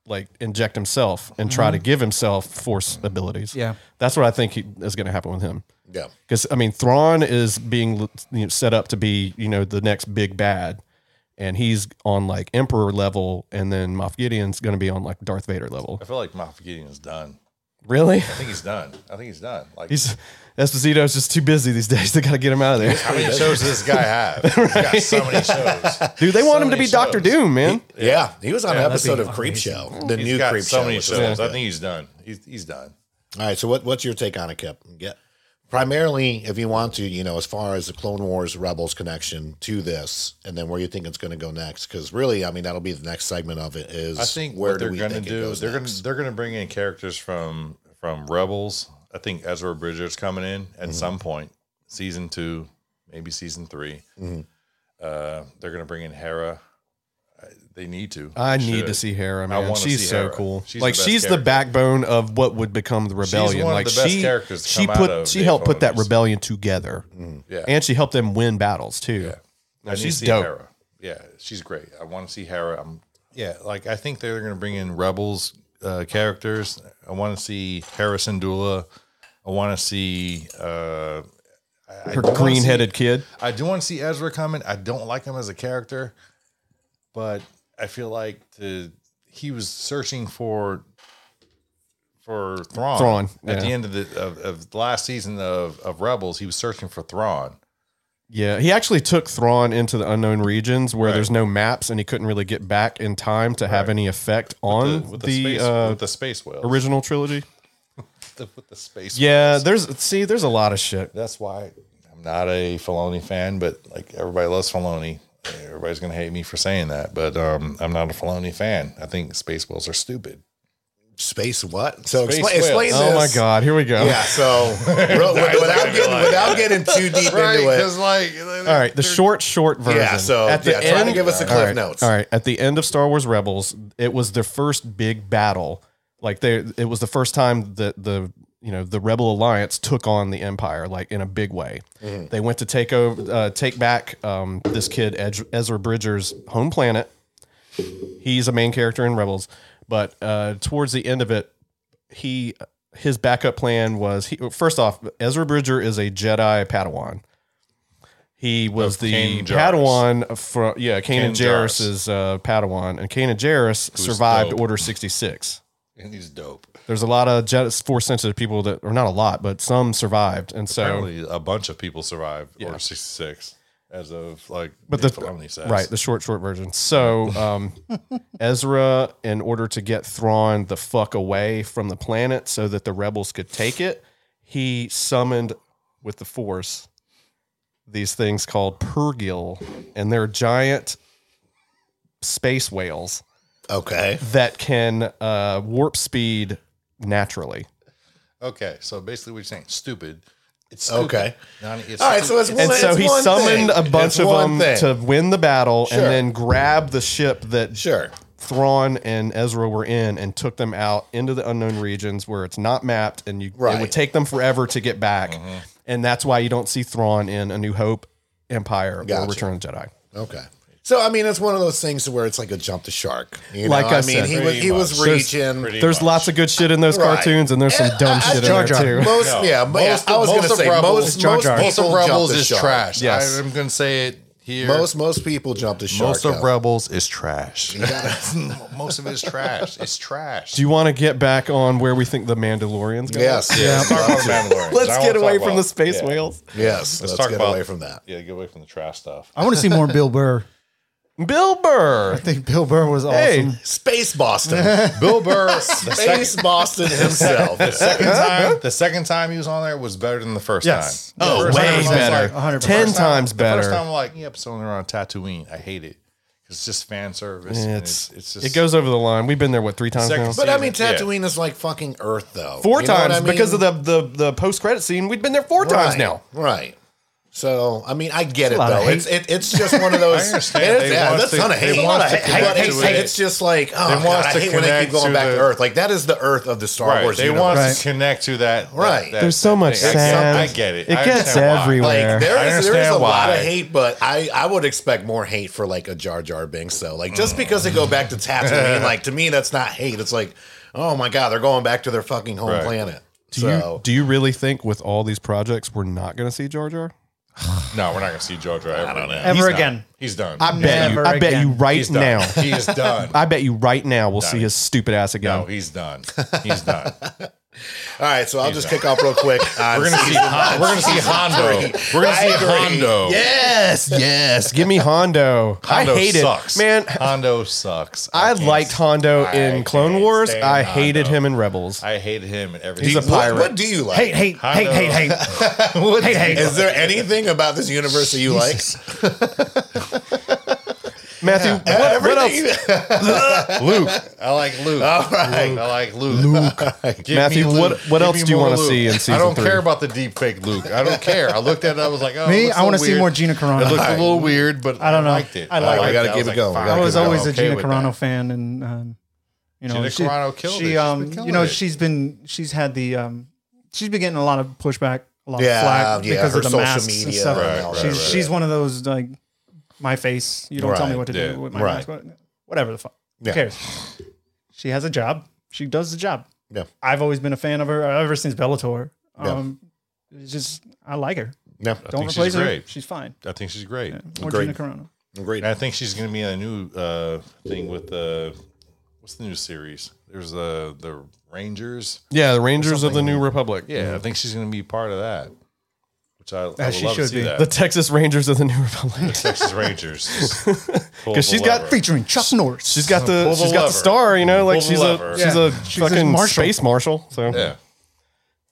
E: like inject himself and try to give himself force abilities.
D: Yeah.
E: that's what I think he, is going to happen with him.
C: yeah,
E: Because I mean, Thrawn is being you know, set up to be you know the next big bad, and he's on like Emperor level, and then Moff Gideon's going to be on like Darth Vader level.
F: I feel like Moff Gideon is done.
E: Really?
F: I think he's done. I think he's done. Like,
E: He's Esposito's just too busy these days. They got to get him out of there,
F: how many shows does this guy have? He's got so many shows.
E: dude. They want him to
F: many
E: be Doctor
F: shows.
E: Doom, man.
C: yeah, He was on an episode of Creep Show, the
F: He's
C: new
F: got
C: Creep
F: so
C: Show.
F: many
C: which is
F: shows.
C: good.
F: I think he's done. He's, he's done.
C: All right. So what, what's your take on it, Kip? Yeah. Primarily, if you want to, you know, as far as the Clone Wars Rebels connection to this, and then where you think it's going to go next, because really, I mean, that'll be the next segment of it. Is
F: I think
C: where
F: what they're
C: do we
F: going to
C: think it
F: do
C: goes
F: they're going
C: next?
F: to they're going to bring in characters from from Rebels. I think Ezra Bridger's coming in at some point, season two, maybe season 3 Uh, they're going to bring in Hera. Uh, They need to.
E: I
F: They
E: need
F: should.
E: to see Hera,
F: I
E: man.
F: wanna
E: She's
F: see
E: so
F: Hera.
E: cool.
F: She's
E: like
F: the best
E: she's the
F: character.
E: backbone of what would become the rebellion.
F: one of
E: like
F: the best
E: she,
F: characters to
E: she
F: come
E: put
F: out of
E: she
F: the
E: helped put that
F: Clone Wars.
E: rebellion together,
F: Yeah,
E: and she helped them win battles too.
F: I need to
E: she's
F: see
E: dope.
F: Hera. Yeah, she's great. I want to see Hera. I'm, yeah, like I think they're going to bring in Rebels uh, characters. I want to see Harrison Dula. I want to see uh, I- I
E: Her
F: wanna see-
E: green-headed kid.
F: I do want to see Ezra coming. I don't like him as a character, but I feel like to he was searching for for Thrawn.
E: Thrawn,
F: at the
E: yeah.
F: end of the of, of the last season of of Rebels, he was searching for Thrawn.
E: Yeah, he actually took Thrawn into the unknown regions where
F: Right.
E: there's no maps, and he couldn't really get back in time to have any effect on
F: with
E: the,
F: the, space,
E: uh,
F: with the space whale.
E: original trilogy.
F: the, with the space.
E: Yeah,
F: whales.
E: there's see, there's a lot of shit.
F: that's why I'm not a Filoni fan, but like everybody loves Filoni. Everybody's gonna hate me for saying that, but um, I'm not a Filoni fan. I think space whales are stupid.
C: space what? So
F: Space
C: explain,
F: whales.
C: explain
E: Oh my
C: this.
E: god, here we go.
C: Yeah. So real- without getting without getting too deep into it.
F: like,
E: All right, the short, short version.
C: Yeah, so, yeah, try to give us the
E: All
C: Cliff
E: right,
C: Notes.
E: All right, at the end of Star Wars Rebels, it was their first big battle. Like they, it was the first time that the you know the Rebel Alliance took on the Empire like in a big way.
C: Mm-hmm.
E: They went to take over, uh, take back um, this kid Ez- Ezra Bridger's home planet. He's a main character in Rebels, but uh, towards the end of it, he his backup plan was he first off Ezra Bridger is a Jedi Padawan. He was
F: Of
E: the
F: Kanan Jarrus.
E: Padawan from yeah Kanan
F: Kanan
E: Jarrus
F: Jarrus.
E: is uh, Padawan and Kanan Jarrus survived
F: dope.
E: Order sixty six.
F: and he's dope.
E: There's a lot of Jedi force sensitive people that or not a lot but some survived and so
F: Apparently, a bunch of people survived Order sixty six, as of like, but
E: the-
F: Filoni says,
E: Right, the short, short version. So, um, Ezra, in order to get Thrawn the fuck away from the planet so that the rebels could take it, he summoned with the Force these things called Purgil, and they're giant space whales
C: Okay.
E: that can uh, warp speed naturally.
F: Okay, so basically, what you're saying, stupid. It's
C: Okay.
F: Not- it's
C: All right. So it's
F: stupid.
C: one,
E: and so
C: it's
E: he
C: one
E: summoned
C: thing.
E: a bunch
C: It's
E: of
C: one
E: them
C: thing.
E: to win the battle
C: Sure.
E: and then grab the ship that
C: Sure.
E: Thrawn and Ezra were in and took them out into the unknown regions where it's not mapped and you it
C: Right. Mm-hmm.
E: would take them forever to get back. And that's why you don't see Thrawn in A New Hope, Empire, or
C: Gotcha.
E: Return of the Jedi.
C: Okay. So I mean, it's one of those things where it's like a jump the shark. You
E: Like
C: know?
E: I
C: I mean,
E: said,
C: he was
F: pretty
C: he was
F: much. There's-
C: reaching.
F: pretty
E: There's
F: much.
E: lots of good shit in those
C: Right.
E: cartoons, and there's some
C: And
E: dumb
C: I- I-
E: shit in
C: Jar
E: there
D: Jar.
E: too.
C: Most,
F: No.
C: yeah, most,
F: Most
C: I
F: of-
C: was going
F: most
C: to
F: of
C: say
F: Rebels-
C: most,
D: Jar
C: most
D: Jar.
F: Most of
C: people
F: Rebels
C: jump the
F: is
C: shark.
F: trash.
E: Yes.
F: I, am going to say it here.
C: Most most people jump the shark.
F: most of
C: yeah.
F: Rebels is trash. most of it is trash. It's trash.
E: Do you want to get back on where we think the Mandalorians go?
C: Yes,
F: yeah,
C: yes,
F: talk about Mandalorian. I
E: Let's
F: wanna
E: get
F: talk
E: away
F: about-
E: from the space
F: yeah.
E: whales.
C: yes. Let's,
F: talk
C: get
F: about-
C: away from that.
F: Yeah, get away from the trash stuff.
D: I want to see more Bill Burr.
E: Bill
D: I
E: Burr.
D: think Bill Burr was awesome.
E: Hey,
C: Space Boston,
F: Bill Burr, the
C: Space Boston himself.
F: second time, the second time he was on there was better than the first
D: Yes.
F: time.
D: Oh,
F: The first
E: way
F: time was
E: better.
F: like-
D: 100%.
F: the
E: Ten
F: first time-
E: times
F: The first
E: better.
F: time, I'm like, yep, someone around Tatooine. I hate it. It's just fan service. and
E: it's,
F: It's, it's just
E: it goes over the line. We've been there what three times
F: Second
E: now?
F: season.
C: But I mean,
F: Yeah.
C: Tatooine is like fucking Earth, though.
E: Four
C: You know what
E: times
C: I mean?
E: because of the the the post credit scene. We've been there four times
C: Right,
E: now.
C: Right. So I mean, I get it
E: lot of
C: though. It's it, it's just one of those.
F: I understand.
C: it is-
F: They
C: yeah,
F: want
C: that's
F: to-
C: a ton of
F: they
C: hate.
F: want
C: But
F: to connect
C: hate-
F: to
C: hate-
F: it.
C: It's just like oh, God,
F: want us
C: I
F: to
C: hate when they
F: connect
C: keep going
F: to
C: back to
F: the-
C: Earth. Like that is the Earth of the Star
F: right.
C: Wars.
F: They
C: universe.
F: want
D: Right.
F: to connect to that. that-
C: Right.
F: that-
E: There's so
F: that
E: much
F: thing.
E: sand.
F: I get it. I get it.
E: It
F: I
E: gets
F: understand why.
E: everywhere.
C: Like there
E: I
C: is there is a
F: understand
C: lot of
F: why.
C: hate, but I I would expect more hate for like a Jar Jar Binks. So like just because they go back to Tatooine, like to me that's not hate. It's like oh my god, they're going back to their fucking home
F: Right.
C: planet.
E: Do you
C: so
E: do you really think with all these projects we're not going to see Jar Jar?
F: No, we're not going to see Jar Jar ever, again.
D: Ever
F: He's done.
D: again.
F: He's done.
E: I bet you.
D: Never
E: I bet
D: again.
E: you right
F: He's done.
E: now.
F: He is done.
E: I bet you right now we'll see
F: it.
E: his stupid ass again.
F: No, he's done. He's done.
C: all right, so I'll just kick off real quick. on
F: We're gonna see.
C: season
F: Hon-
C: one.
F: we're gonna see Hondo. We're gonna see Hondo.
E: Yes, yes. Give me Hondo.
F: Hondo
E: I hate
F: sucks.
E: it, man.
F: Hondo sucks.
E: I
F: can't
E: liked
F: stand-
E: Hondo
F: I
E: in Clone
F: can't
E: Wars.
F: stand
E: I hated
F: Hondo.
E: him in Rebels.
F: I hate him and everything.
E: He's a
F: What-
E: pirate.
C: What, what do you like?
D: Hate, hate, hate,
F: Hondo.
D: hate, hate.
F: what-
D: Hate, hate.
C: Is there anything about this universe that you like?
E: Matthew, what, what else?
F: Luke. I like Luke. Luke. I like Luke. Give me
E: Matthew, what- what
F: Give
E: else
F: me
E: do you
F: more
E: wanna
F: Luke.
E: see in season
F: I don't
E: three?
F: care about the deep fake Luke. I don't care. I looked at it. I was like, oh,
D: Me,
F: it looks
D: I
F: so
D: wanna see
F: weird.
D: more Gina Carano.
F: It looked a little weird, but I
D: don't know.
F: liked it.
D: I like
C: it.
F: liked
C: I gotta
F: was
C: give it
F: like,
C: a go. I
F: fine,
C: gotta
D: I was
C: give it
D: always
F: I'm
D: a
F: okay
D: Gina
F: with
D: Carano
F: that.
D: fan, and um, you know,
F: Gina
D: she,
F: Carano killed it.
D: she,
F: She's
D: um,
F: been killing
D: you know,
F: it.
D: she's been, she's had the, um, she's been getting a lot of pushback, a lot
C: Yeah,
D: of flack
C: yeah,
D: because
C: her
D: of the
C: social
D: masks and
C: media
D: stuff.
C: and all
D: she's
C: that, right,
D: she's one of those like my face. You don't tell me
C: Right,
D: what to
F: yeah,
D: do with my
C: right.
D: mask. what- Whatever the fuck.
C: Yeah.
D: Who cares? She has a job. She does the job.
C: Yeah.
D: I've always been a fan of her uh, ever since Bellator.
C: Yeah.
D: Um, it's just I like her.
C: No,
D: Don't
F: think she's
D: replace her.
F: great.
D: She's fine.
F: I think she's great.
D: Or
C: Great.
D: Gina Carano.
C: great.
F: And I think she's going to be in a new uh, thing with the what's the new series? There's uh, the Rangers.
E: Yeah, the Rangers of the New Republic.
F: Yeah, I think she's going to be part of that, which I, I would
D: she
F: love to
D: should
F: see
D: be.
F: that.
E: The Texas Rangers of the New Republic.
F: Texas Rangers.
E: Because she's got
D: Featuring Chuck Norris.
E: She's got the
F: Pull the
E: she's got the
F: lever.
E: star, you know, like
F: Pull the
E: she's a
F: lever.
E: she's
D: Yeah.
E: a
D: She's a
E: fucking
D: marshal.
E: space marshal. So
F: Yeah.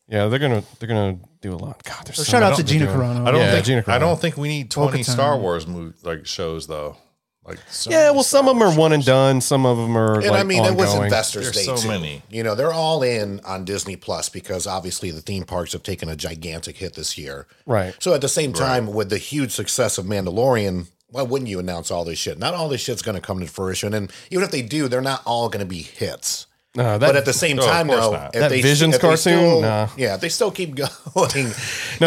E: Yeah, they're gonna they're gonna do a lot. God, there's so
D: Shout
E: much
D: out to
E: they're
D: Gina
E: doing.
D: Carano.
F: I don't
E: Yeah,
F: think
E: Gina
F: I
E: Carano.
F: don't think we need 20
D: Bo-Katan.
F: Star Wars movie like shows though. Like so
E: Yeah,
F: many
E: well, some
F: Star
E: of them are
F: Wars
E: one and done. Some of them are
C: And
E: like
C: I mean, it was
E: ongoing.
C: Investor
F: There's
C: Day
F: so
C: too.
F: many.
C: You know, they're all in on Disney Plus because obviously the theme parks have taken a gigantic hit this year.
E: Right.
C: So at the same time, with the huge success of Mandalorian, why wouldn't you announce all this shit? Not all this shit's going to come to fruition, and even if they do, they're not all going to be hits.
E: No,
C: But
E: that,
C: at the same
F: No, Oh, of
C: time,
F: course
C: though,
F: not.
C: if
E: That
C: they-
E: Visions
C: if they
E: cartoon?
C: still-
E: Nah.
C: yeah, if they still keep going,
E: No,
C: in,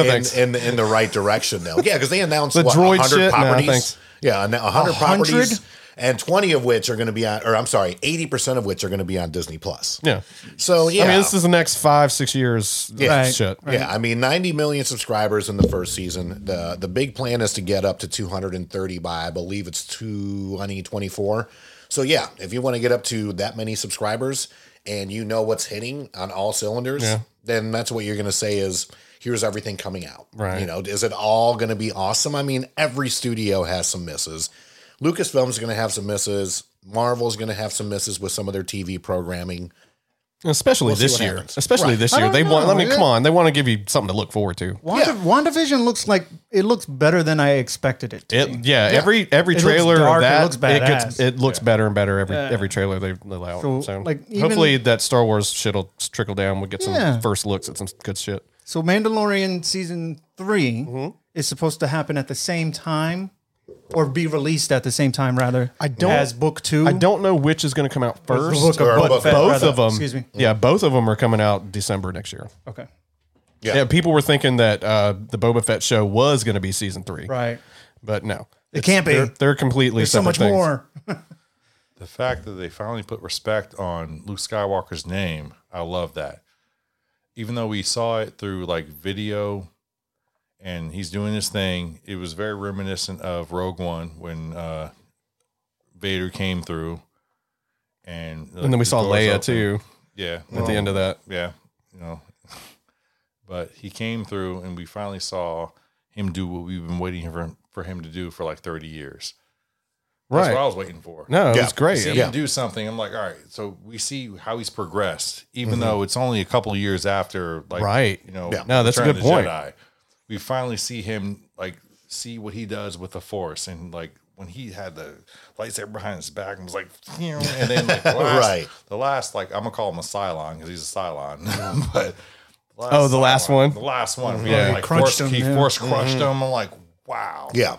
E: thanks.
C: in in the right direction though. Yeah, because they announced
E: The
C: what,
E: droid
C: 100
E: shit? Nah,
C: properties.
E: thanks.
C: Yeah, and 100
D: 100?
C: properties, and twenty of which are going to be on, or I'm sorry, eighty percent of which are going to be on Disney Plus.
E: yeah.
C: So yeah,
E: I mean, this is the next five six years.
C: Yeah.
E: Yeah,
C: Right.
E: shit.
C: Yeah, I mean, 90 million subscribers in the first season. The the big plan is to get up to 230 by I believe it's 2024. So yeah, if you want to get up to that many subscribers and you know what's hitting on all cylinders,
E: Yeah.
C: then that's what you're going to say is here's everything coming out.
E: Right.
C: You know, is it all going to be awesome? I mean, every studio has some misses. Lucasfilm's going to have some misses. Marvel's going to have some misses with some of their TV programming.
E: Especially
C: We'll see
E: this
C: what
E: year.
C: happens.
E: Especially
C: Right.
E: this year.
D: don't
E: They want.
D: know,
E: I mean,
D: yeah.
E: come on. They want to give you something to look forward to.
D: Wanda, WandaVision looks like it looks better than I expected it to.
E: It,
D: be.
E: yeah, Every every
D: looks
E: trailer
D: dark,
E: of
D: it
E: that
D: looks badass.
E: it looks better and better every every trailer they allow. out. So,
D: So, like, even-
E: hopefully that Star Wars shit'll trickle down. We'll get some
D: Yeah.
E: first looks at some good shit.
D: So Mandalorian season 3 is supposed to happen at the same time or be released at the same time, rather.
E: I don't-
D: as book two.
E: I don't know which is going to come out
D: the
E: first.
D: book of
E: but
D: Boba
E: both
D: Fett, rather.
E: of them.
D: Excuse me.
E: Yeah, both of them are coming out December next year.
D: Okay,
C: Yeah.
E: Yeah, people were thinking that uh, the Boba Fett show was going to be season three,
D: right.
E: but no,
D: It can't be.
E: They're, they're completely
D: There's so
E: separate
D: much
E: things.
D: more.
F: The fact that they finally put respect on Luke Skywalker's name, I love that. Even though we saw it through like video and he's doing this thing, it was very reminiscent of Rogue One when uh Vader came through and
E: And then we
F: the
E: saw
F: doors
E: Leia
F: opened.
E: too
F: Yeah.
E: at
D: Oh.
E: the end of that.
F: yeah, you know. But he came through, and we finally saw him do what we've been waiting for him, for him to do for like thirty years. That's
E: Right?
F: what I was waiting for.
E: no,
C: Yeah.
E: it's great.
F: see
E: I
F: him
E: mean,
F: do something. I'm like, all right. So we see how he's progressed, even though it's only a couple of years after, like,
E: Mm-hmm. Right.
F: You know,
C: Yeah.
E: No, that's a
F: Return
E: good
F: of the
E: point.
F: Jedi. We finally see him like see what he does with the Force, and like when he had the lightsaber behind his back and was like, "Phew," and then like the last,
C: Right.
F: the last like I'm gonna call him a Cylon because he's a Cylon, but the last
E: Oh, the last
F: Cylon-
E: one? Mm-hmm.
F: the last one,
E: Yeah. Mm-hmm.
F: yeah,
E: He
F: like
D: crunched
F: force,
D: him,
F: he
D: yeah.
F: force crushed him. I'm like, wow,
C: Yeah.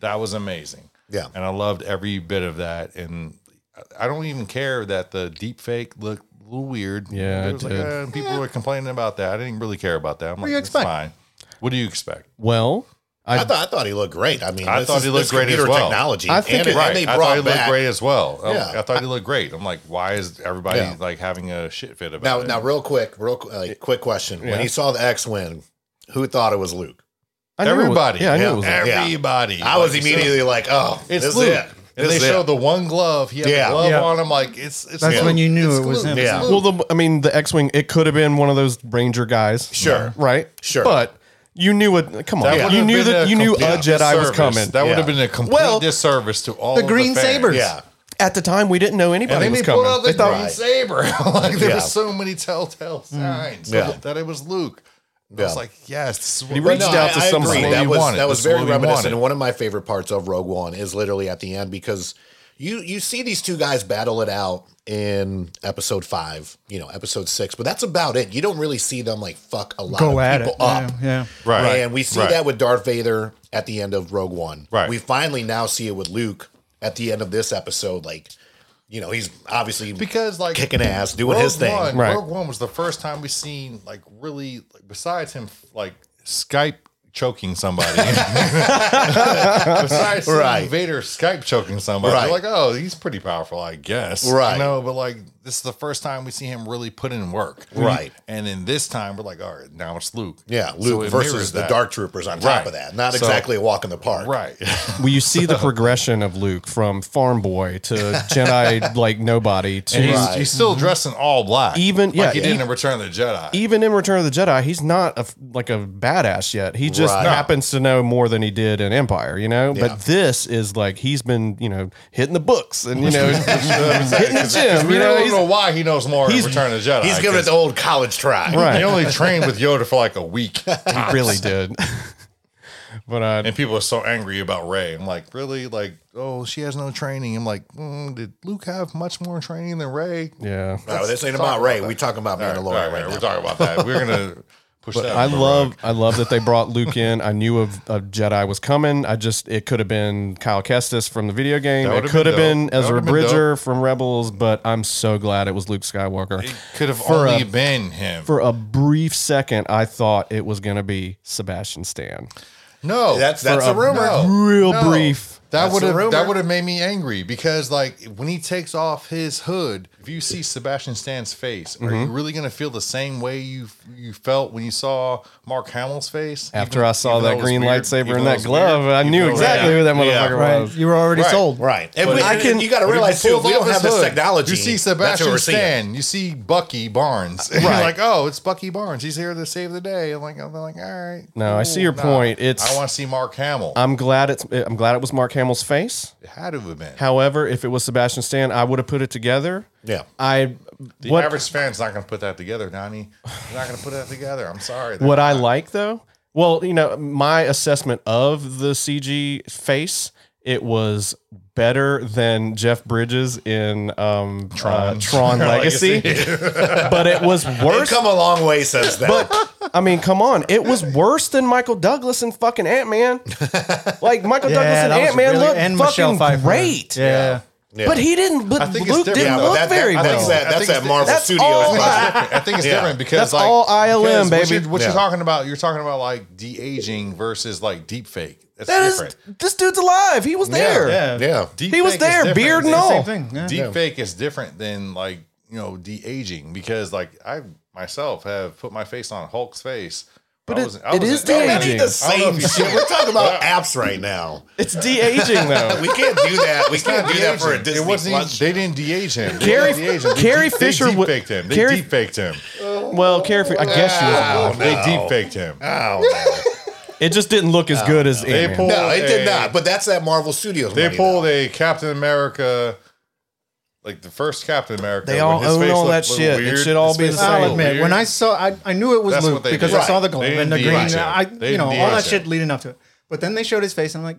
F: that was amazing.
C: Yeah.
F: And I loved every bit of that. And I- I don't even care that the deep fake looked a little weird.
E: Yeah,
F: It
E: it
F: was like,
E: did.
F: eh, people were complaining about that. I didn't really care about that. I'm
C: do
F: like,
C: you
F: it's
C: expect?"
F: fine. What do you expect?
E: well, I,
C: I thought I thought he looked great. I mean,
F: I
C: this
F: thought
C: is-
F: he looked
C: this
F: great as
C: computer
F: well.
C: Technology.
E: I think
C: and,
E: it-
C: and
F: Right.
C: they
F: I thought
C: brought
F: he looked
C: back-
F: great as well. Oh,
C: Yeah.
F: I thought he looked great. I'm like, why is everybody
C: Yeah.
F: like having a shit fit about
C: Now,
F: it?
C: now, real quick, real qu- uh, quick question: When he saw the X-wing, who thought it was Luke?
E: I knew it was-
F: everybody.
E: yeah, I knew it was.
C: Yeah.
F: everybody.
C: I was
F: Like, so-
C: immediately like, "Oh,
F: It's
C: this
F: Luke.
C: Is it.
F: And
C: This
F: they
C: is
F: show
C: it.
F: the one glove. He had
C: Yeah.
F: the glove
D: Yeah.
F: on. I'm like, it's it's.
D: That's
F: Luke.
D: when you knew
F: It's
D: it was
F: Luke.
D: him.
F: It's
C: Yeah.
F: Luke.
E: Well, the I mean, the X-wing. It could have been one of those Ranger guys,
C: Sure.
E: right?
C: Sure.
E: But you knew it. Come on,
F: That would've
E: you knew
F: been
E: that
F: a
E: you knew a
F: complete
E: Jedi was
F: disservice.
E: coming.
F: That would
C: Yeah.
F: have been a complete
E: Well,
F: disservice to all
D: the
F: of
D: green
F: fans.
D: sabers.
C: Yeah,
E: At the time, we didn't know anybody
F: And then
E: was
F: they pulled
E: coming.
F: out the
E: They thought-
F: green
C: Right.
F: saber. like there
C: Yeah. Mm.
F: were so many telltale signs
C: Yeah.
F: that it was Luke. I
C: Yeah.
F: was like, yes, this is what
E: He
F: we
E: reached
F: wanted.
E: out to
C: I agree.
E: somebody.
C: That
F: We
C: was
F: wanted.
C: that was
F: This is
C: very
F: what we
C: reminiscent.
F: wanted.
C: And one of my favorite parts of Rogue One is literally at the end because you you see these two guys battle it out in Episode Five, you know, Episode Six, but that's about it. You don't really see them like fuck a lot of
D: Go at
C: people
D: it.
C: up.
D: Yeah, yeah.
F: Right.
C: And we see
F: Right.
C: that with Darth Vader at the end of Rogue One.
F: Right.
C: We finally now see it with Luke at the end of this episode. Like, you know, he's obviously
F: because like
C: kicking ass, doing
F: Rogue
C: his thing.
F: One,
E: Right.
F: Rogue One was the first time we seen like really like, besides him like Skype choking somebody. besides seeing
C: Right.
F: Vader Skype choking somebody,
C: Right.
F: you're like oh he's pretty powerful, I guess.
C: Right.
F: You know, but like this is the first time we see him really put in work.
C: Right.
F: And then this time we're like all right now it's Luke.
C: Yeah,
F: So
C: Luke
F: it mirrors
C: versus the
F: that.
C: Dark Troopers on top
F: Right.
C: of that. Not
F: So-
C: exactly a walk in the park.
F: Right.
E: Well, you see the progression of Luke from farm boy to Jedi like nobody to
F: And he's,
C: Right.
F: he's still dressed in all black.
E: Even-
F: like
E: yeah,
F: he did
E: e-
F: in Return of the Jedi.
E: even in Return of the Jedi, he's not a f like a badass yet. He just
C: Right.
E: happens to know more than he did in Empire, you know.
C: Yeah.
E: But this is like he's been you know hitting the books and you know hitting the gym.
F: we
E: You know,
F: don't know
E: he's,
F: why he knows more in
E: he's-
F: Return of the Jedi.
C: He's giving it the old college try.
E: Right.
F: He only trained with Yoda for like a week,
E: he really did. but uh,
F: and people are so angry about Ray. I'm like, really? Like, oh, she has no training. I'm like, mm, did Luke have much more training than Ray?
E: yeah,
C: No, this ain't about Ray. We're talking about Mandalorian
F: All right,
C: right,
F: we're
C: now.
F: talking about that. We're gonna push that.
E: I
F: on the
E: love
F: rug.
E: I love that they brought Luke in. I knew of a Jedi was coming. I just it could have been Kyle Kestis from the video game. It
F: That would've
E: could
F: been
E: have been
F: dope. That
E: Ezra
F: would've been
E: Bridger from Rebels, but I'm so glad it was Luke Skywalker.
F: It could have
E: For
F: only
E: a-
F: been him.
E: For a brief second, I thought it was going to be Sebastian Stan.
F: no,
C: That's that's
E: For
C: a
E: a
C: rumor.
E: Real brief.
F: That
C: That's
F: would
C: the rumor.
F: have that would have made me angry because like when he takes off his hood, if you see Sebastian Stan's face, are
E: Mm-hmm.
F: you really gonna feel the same way you you felt when you saw Mark Hamill's face
E: After
F: Even-
E: I saw
F: even though
E: that
F: it was
E: green
F: weird,
E: lightsaber and
F: even though it
E: that
F: was
E: glove,
F: weird,
E: I
F: even
E: knew
F: though it was
E: exactly
F: weird.
E: who that
C: Yeah.
E: motherfucker
D: Right.
E: was.
D: You were already
F: Right.
D: sold.
C: Right. And
F: But
C: we,
F: I
E: can-
C: you got to
F: But if
C: realize
F: you
C: too,
F: pull
C: we don't
F: off
C: have
F: his
C: this
F: hood,
C: technology.
F: You see
C: That's what
F: Sebastian
C: we're seeing.
F: Stan, you see Bucky Barnes, and
E: Right.
F: you're like, oh, it's Bucky Barnes. He's here to save the day. I'm like, I'm like, all right.
E: No, I see your point. It's-
F: I want to see Mark Hamill.
E: I'm glad it's I'm glad it was Mark Hamill's face.
F: it had to have been.
E: However, if it was Sebastian Stan, I would have put it together.
C: Yeah.
E: I
F: The
E: what
F: average fan's not going to put that together, Donnie. They're not going to put that together. I'm sorry.
E: what I like though, well, you know, my assessment of the CG face It was better than Jeff Bridges in um, Tron, Tron
F: Tron.
E: Legacy, but it was
C: We've
E: worse.
C: come a long way since then.
E: But I mean, come on, it was worse than Michael Douglas and fucking Ant Man. Like Michael
D: Yeah,
E: Douglas and
D: that was
E: Ant Man
D: really-
E: looked
D: and Michelle
E: fucking
D: Pfeiffer.
E: great,
D: Yeah.
C: Yeah.
E: but he didn't. But
F: I think it's
E: Luke
F: different.
E: didn't
F: Yeah, but
E: look
C: that- that-
E: very
C: I think
E: well.
C: that- that's
F: I think it's
C: that
F: di-
C: Marvel
E: that's
C: Studios.
E: all
C: budget.
E: I-
F: I think it's
C: Yeah.
F: different because
E: That's
F: like,
E: all ILM,
F: because What
E: baby.
F: you're, what you're
C: Yeah.
F: talking about, you're talking about like de aging versus like deep fake. That's
E: That is-
F: different.
E: this dude's alive. He was there.
D: yeah.
C: Yeah.
F: Deep
E: He was
F: fake is
E: there,
F: different.
E: beard and
F: It's-
D: Same
E: all.
D: thing. Yeah.
F: Deep fake is different than like you know de aging because like I myself have put my face on Hulk's face. But
E: it- it is
C: That
E: de-aging.
C: ain't the same shit. We're talking about apps right now.
E: It's de aging though.
C: We can't do that. We can't do that for a Disney
F: It wasn't even,
C: Plus.
F: they didn't de-age him. They
E: Carrie-
F: didn't de-age him. They
E: Carrie
F: deep-
E: Fisher
F: They
E: would-
F: deep-faked him. They
E: Carrie-
F: deep-faked him.
E: well, carefree. I guess she was alive.
F: They
C: no.
F: deep-faked him.
C: Oh,
E: It just didn't look as good as
F: They
E: Ant-Man.
F: pulled-
C: no. no, it did
F: Hey.
C: not. But that's that Marvel Studios.
F: They
C: money,
F: pulled a Captain America, like the first Captain America.
E: They
F: when
E: all
F: his
E: own
F: face
E: all
F: looked
E: that
F: a little
E: shit. It
F: weird,
E: should all
F: his
E: be the
F: face
E: same.
F: looked a
D: I'll
F: little
D: admit, when
F: weird.
D: I saw, I, I knew it was
F: That's
D: Luke
F: what they
D: because
F: did.
D: I saw the
C: Right.
D: globe
F: They
D: and the
F: didn't
D: green,
F: de-age him.
D: I,
F: They
D: you know,
F: didn't
D: all that
F: de-age him.
D: shit leading up to it. But then they showed his face, and I'm like,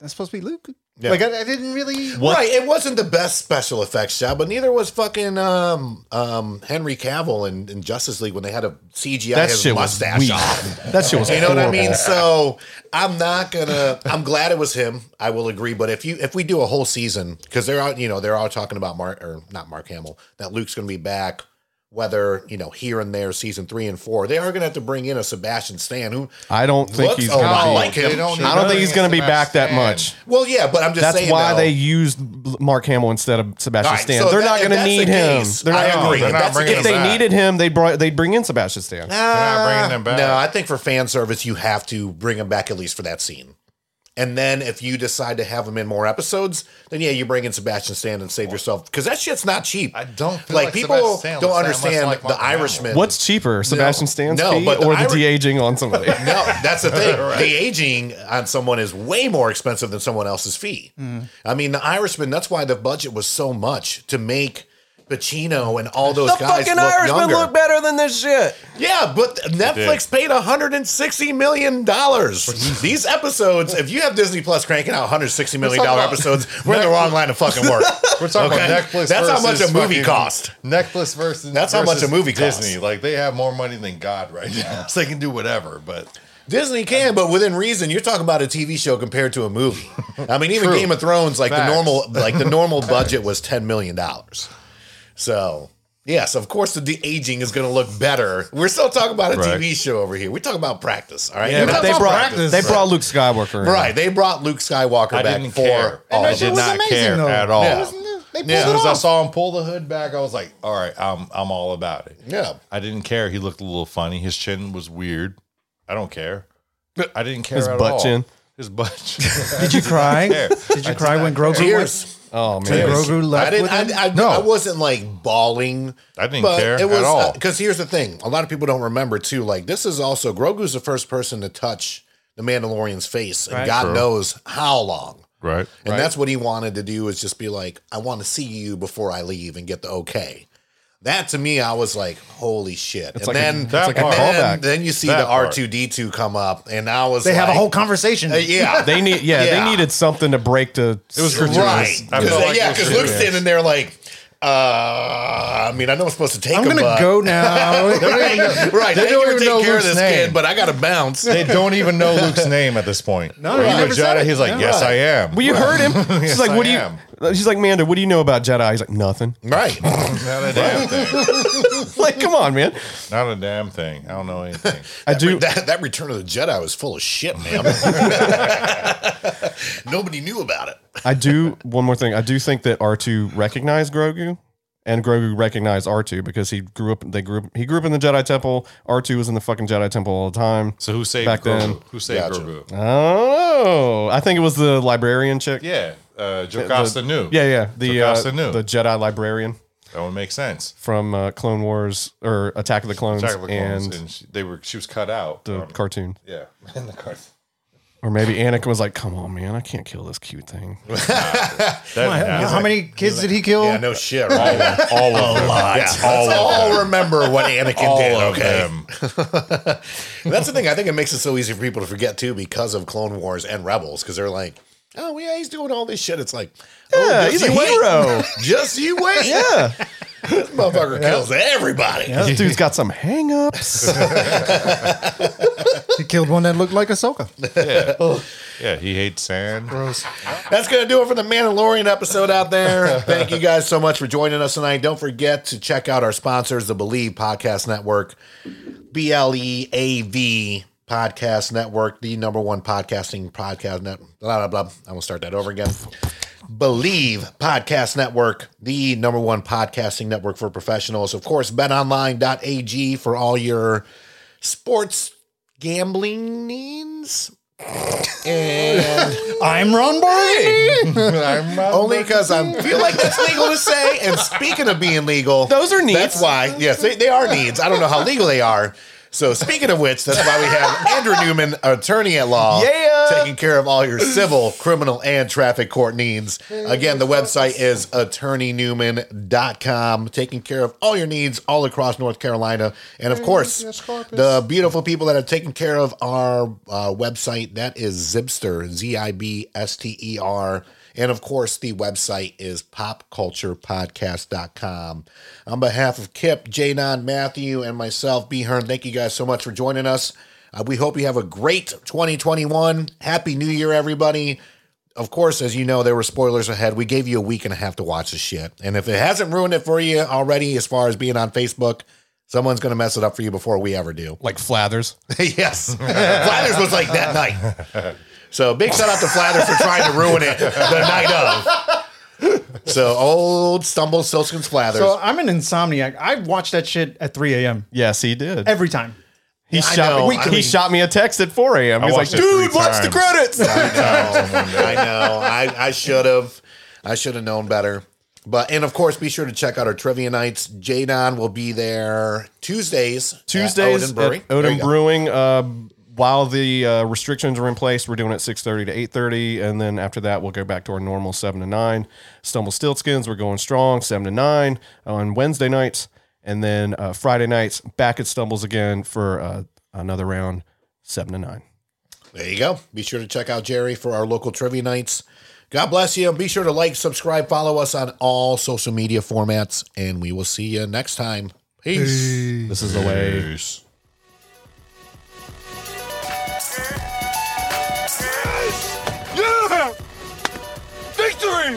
D: that's supposed to be Luke.
C: Yeah.
D: Like I, I didn't really.
C: Right, it wasn't the best special effects job, but neither was fucking um, um, Henry Cavill in, in Justice League when they had a CGI
E: That
C: his
E: shit was
C: mustache
E: weak.
C: off.
E: That shit was.
C: You know what I
E: horrible.
C: mean? So I'm not gonna. I'm glad it was him. I will agree. But if you if we do a whole season, because they're out, you know, they're all talking about Mark or not Mark Hamill that Luke's gonna be back. Whether you know here and there, season three and four, they are gonna have to bring in a Sebastian Stan. Who?
E: I don't think
C: Looks
E: he's
C: a
E: gonna
C: lot
E: be.
C: like him.
F: They don't
E: I don't think he's gonna be
F: Sebastian
E: back that much.
C: Well, yeah, but I'm just
E: That's
C: saying
E: why
C: though-
E: they used Mark Hamill instead of Sebastian
C: All right,
E: Stan.
C: so
E: they're
C: that-
E: not
C: if
E: going to
C: that's the
E: need him.
C: case,
E: They're
C: I
E: not-
C: agree.
F: they're
C: If
F: not
C: that's the
F: bringing
E: If
C: case-
E: they
F: him back.
E: needed him, they'd brought, they'd bring in Sebastian Stan.
F: not bringing them back.
C: No, I think for fan service, you have to bring him back at least for that scene. And then if you decide to have him in more episodes, then yeah, you bring in Sebastian Stan and save yourself because that shit's not cheap.
F: I don't feel
C: like,
F: like
C: people
F: Sebastian Stan
C: don't
F: looks that much
C: understand
F: like
C: the
F: Mark Hamill.
C: Irishman.
E: What's cheaper, Sebastian Stan's
C: No,
E: fee
C: but the
E: or the
C: Iri-
E: de aging on somebody?
C: no, that's the thing. The aging on someone is way more expensive than someone else's fee.
F: Mm.
C: I mean, the Irishman. That's why the budget was so much to make Pacino and all those
E: the
C: guys
E: fucking
C: look
E: Irishman
C: younger.
E: look better than this shit.
C: Yeah, but Netflix paid 160 million dollars. These episodes, if you have Disney Plus cranking out 160 million dollar
F: about-
C: episodes, we're in the wrong line of fucking work.
F: We're talking about Netflix.
C: That's how much
F: versus
C: a movie
F: fucking-
C: cost.
F: Netflix versus
C: That's how much
F: versus
C: a movie costs.
F: Disney. Like they have more money than God right now, so they can do whatever. But
C: Disney can, but within reason. You're talking about a TV show compared to a movie. I mean, even
F: True.
C: Game of Thrones, like
F: Facts.
C: the normal, like the normal budget was 10 million dollars. So. Yes, of course the de- aging is going to look better. We're still talking about a
F: Right.
C: TV show over here. We talk about practice, all right?
E: Yeah,
C: We're
E: but
C: not
E: they
C: talking
E: brought
C: practice.
E: they brought Luke Skywalker. in.
C: Right, they brought Luke Skywalker
F: I
C: back Oh,
F: didn't
C: for
F: care.
C: all
F: I
C: of
F: did
C: it.
F: not
D: amazing,
F: care
D: though.
F: at all.
C: Yeah.
D: They pulled
C: Yeah.
F: As
D: it
F: soon as I
D: off.
F: saw him pull the hood back, I was like, "All right, I'm I'm all about it."
C: Yeah.
F: I didn't care. He looked a little funny. His chin was weird. I don't care. I didn't care.
E: His
F: at
E: butt
F: all.
E: chin.
F: His butt chin.
D: Did you cry?
F: care.
D: Did you cry when Grogu went?
C: Tears.
E: Oh
D: When
E: man.
D: Grogu
C: I
D: left with
C: didn't.
D: him?
C: I, I,
F: No.
C: I wasn't like bawling.
F: I didn't care at all.
C: Because uh, here's the thing: a lot of people don't remember too. Like this is also Grogu's the first person to touch the Mandalorian's face, and
D: Right.
C: God knows how long.
F: right.
C: And that's what he wanted to do is just be like, I want to see you before I leave and get the okay. That to me, I was like, holy shit. and
E: like a-
C: then,
F: that's like a
C: and then,
E: callback.
C: then you see
F: That
C: the
F: part.
C: R2D2 come up, and I was
D: they have a
C: like-
D: whole conversation.
C: Uh, yeah.
E: They need yeah,
C: Yeah.
E: they needed something to break the It
F: was
C: Right.
F: I
C: Cause,
F: felt like
C: yeah,
F: it was
C: because Luke's
F: serious.
C: standing there like, uh, I mean, I know I'm supposed to take
D: I'm
C: him,
D: gonna
C: but-
D: go now.
C: Right, right. They,
F: don't
C: don't
F: even
C: take
F: know
C: care
F: Luke's
C: of this
F: name.
C: kid, but I got to bounce.
F: They don't even know Luke's name at this point.
D: No,
F: When
D: he
F: you
D: never
F: were
D: said
F: Jedi,
D: it.
F: he's like,
D: No.
F: "Yes, I am."
E: Well, you heard him. She's
F: Yes,
E: like,
F: I
E: "What do you?"
F: am.
E: She's like, "Manda, what do you know about Jedi?" He's like, "Nothing."
C: right.
F: Not a damn thing.
E: like, come on, man.
F: Not a damn thing. I don't know anything.
E: I do.
C: That, that Return of the Jedi was full of shit, man. Nobody knew about it.
E: I do. One more thing. I do think that R two recognized Grogu, and Grogu recognized R two because he grew up. They grew. up He grew up in the Jedi Temple. R two was in the fucking Jedi Temple all the time.
F: So who saved
E: Back
F: Grogu?
E: then.
F: Who saved
C: Gotcha.
F: Grogu?
E: I don't know. I think it was the librarian chick.
F: Yeah, uh, Jocasta
E: the,
F: knew.
E: Yeah, yeah. The uh,
F: Jocasta knew.
E: the Jedi librarian
F: that would make sense.
E: from uh, Clone Wars or Attack of the Clones,
F: Attack of the Clones,
E: and,
F: and, she, they were she was cut out.
E: the
F: Um,
E: cartoon.
F: yeah, in the card.
E: Or maybe Anakin was like, "Come on, man, I can't kill this cute thing."
C: Oh,
D: How many kids did he kill?
C: Yeah, no shit, right?
F: All of them.
C: Let's all remember what Anakin
F: All
C: did,
F: of
C: okay?
F: them.
C: That's the thing. I think it makes it so easy for people to forget too, because of Clone Wars and Rebels, because they're like, oh yeah, he's doing all this shit. It's like, oh,
E: Yeah,
C: just
E: he's a
C: you wait.
E: hero.
C: Just you wait.
E: yeah.
C: This motherfucker kills everybody.
E: yeah. This dude's got some hangups.
D: He killed one that looked like Ahsoka.
F: Yeah, he hates sand.
C: That's going to do it for the Mandalorian episode out there. Thank you guys so much for joining us tonight. Don't forget to check out our sponsors, the Believe Podcast Network, B L E A V Podcast Network, the number one podcasting podcast net. Blah, blah, blah. I'm going to start that over again. Believe Podcast Network, the number one podcasting network for professionals. Of course, betonline.ag for all your sports gambling needs. And.
D: I'm Ron Burgundy.
C: Only because I feel like that's legal to say. And speaking of being legal,
E: Those are needs.
C: That's why, yes, they, they are needs. I don't know how legal they are. So speaking of which, that's why we have Andrew Newman, attorney at law,
E: Yeah.
C: taking care of all your civil, criminal, and traffic court needs. Again, the website is attorneynewman.com, taking care of all your needs all across North Carolina. And of course, the beautiful people that are taking care of our uh, website, that is Zibster, Z-I-B-S-T-E-R. And of course, the website is popculturepodcast.com. On behalf of Kip, Janon, Matthew, and myself, B. Hearn, thank you guys so much for joining us. Uh, we hope you have a great 2021. Happy New Year, everybody. Of course, as you know, there were spoilers ahead. We gave you a week and a half to watch this shit. And if it hasn't ruined it for you already, as far as being on Facebook, someone's going to mess it up for you before we ever do.
E: like Flathers.
C: yes. Flathers was like that night. So big shout out to Flathers for trying to ruin it the night of. So old Stumble Silskins Flathers.
D: So I'm an insomniac. I watch that shit at 3 a.m.
E: Yes, he did.
D: every time.
E: He
C: I
E: shot
C: know.
E: me.
C: I-
E: He shot me a text at 4 a.m. He's like,
F: watched it
E: dude,
F: three
E: watch the
F: times."
E: credits.
C: I know. I, I should have. I should have known better. But and of course, be sure to check out our trivia nights. Jadon will be there Tuesdays. at
E: Tuesdays
C: Odin
E: at
C: Brewery.
E: Odin,
C: There you go.
E: Brewing. Uh, while the uh, restrictions are in place, we're doing it 6.30 to 8.30, and then after that, we'll go back to our normal 7 to 9. Stumble Stiltskins, we're going strong, 7 to 9 on Wednesday nights, and then uh, Friday nights, back at Stumbles again for uh, another round, 7 to 9.
C: There you go. Be sure to check out Jerry for our local trivia nights. God bless you. Be sure to like, subscribe, follow us on all social media formats, and we will see you next time. Peace.
E: This is the way...
H: Yeah! Victory!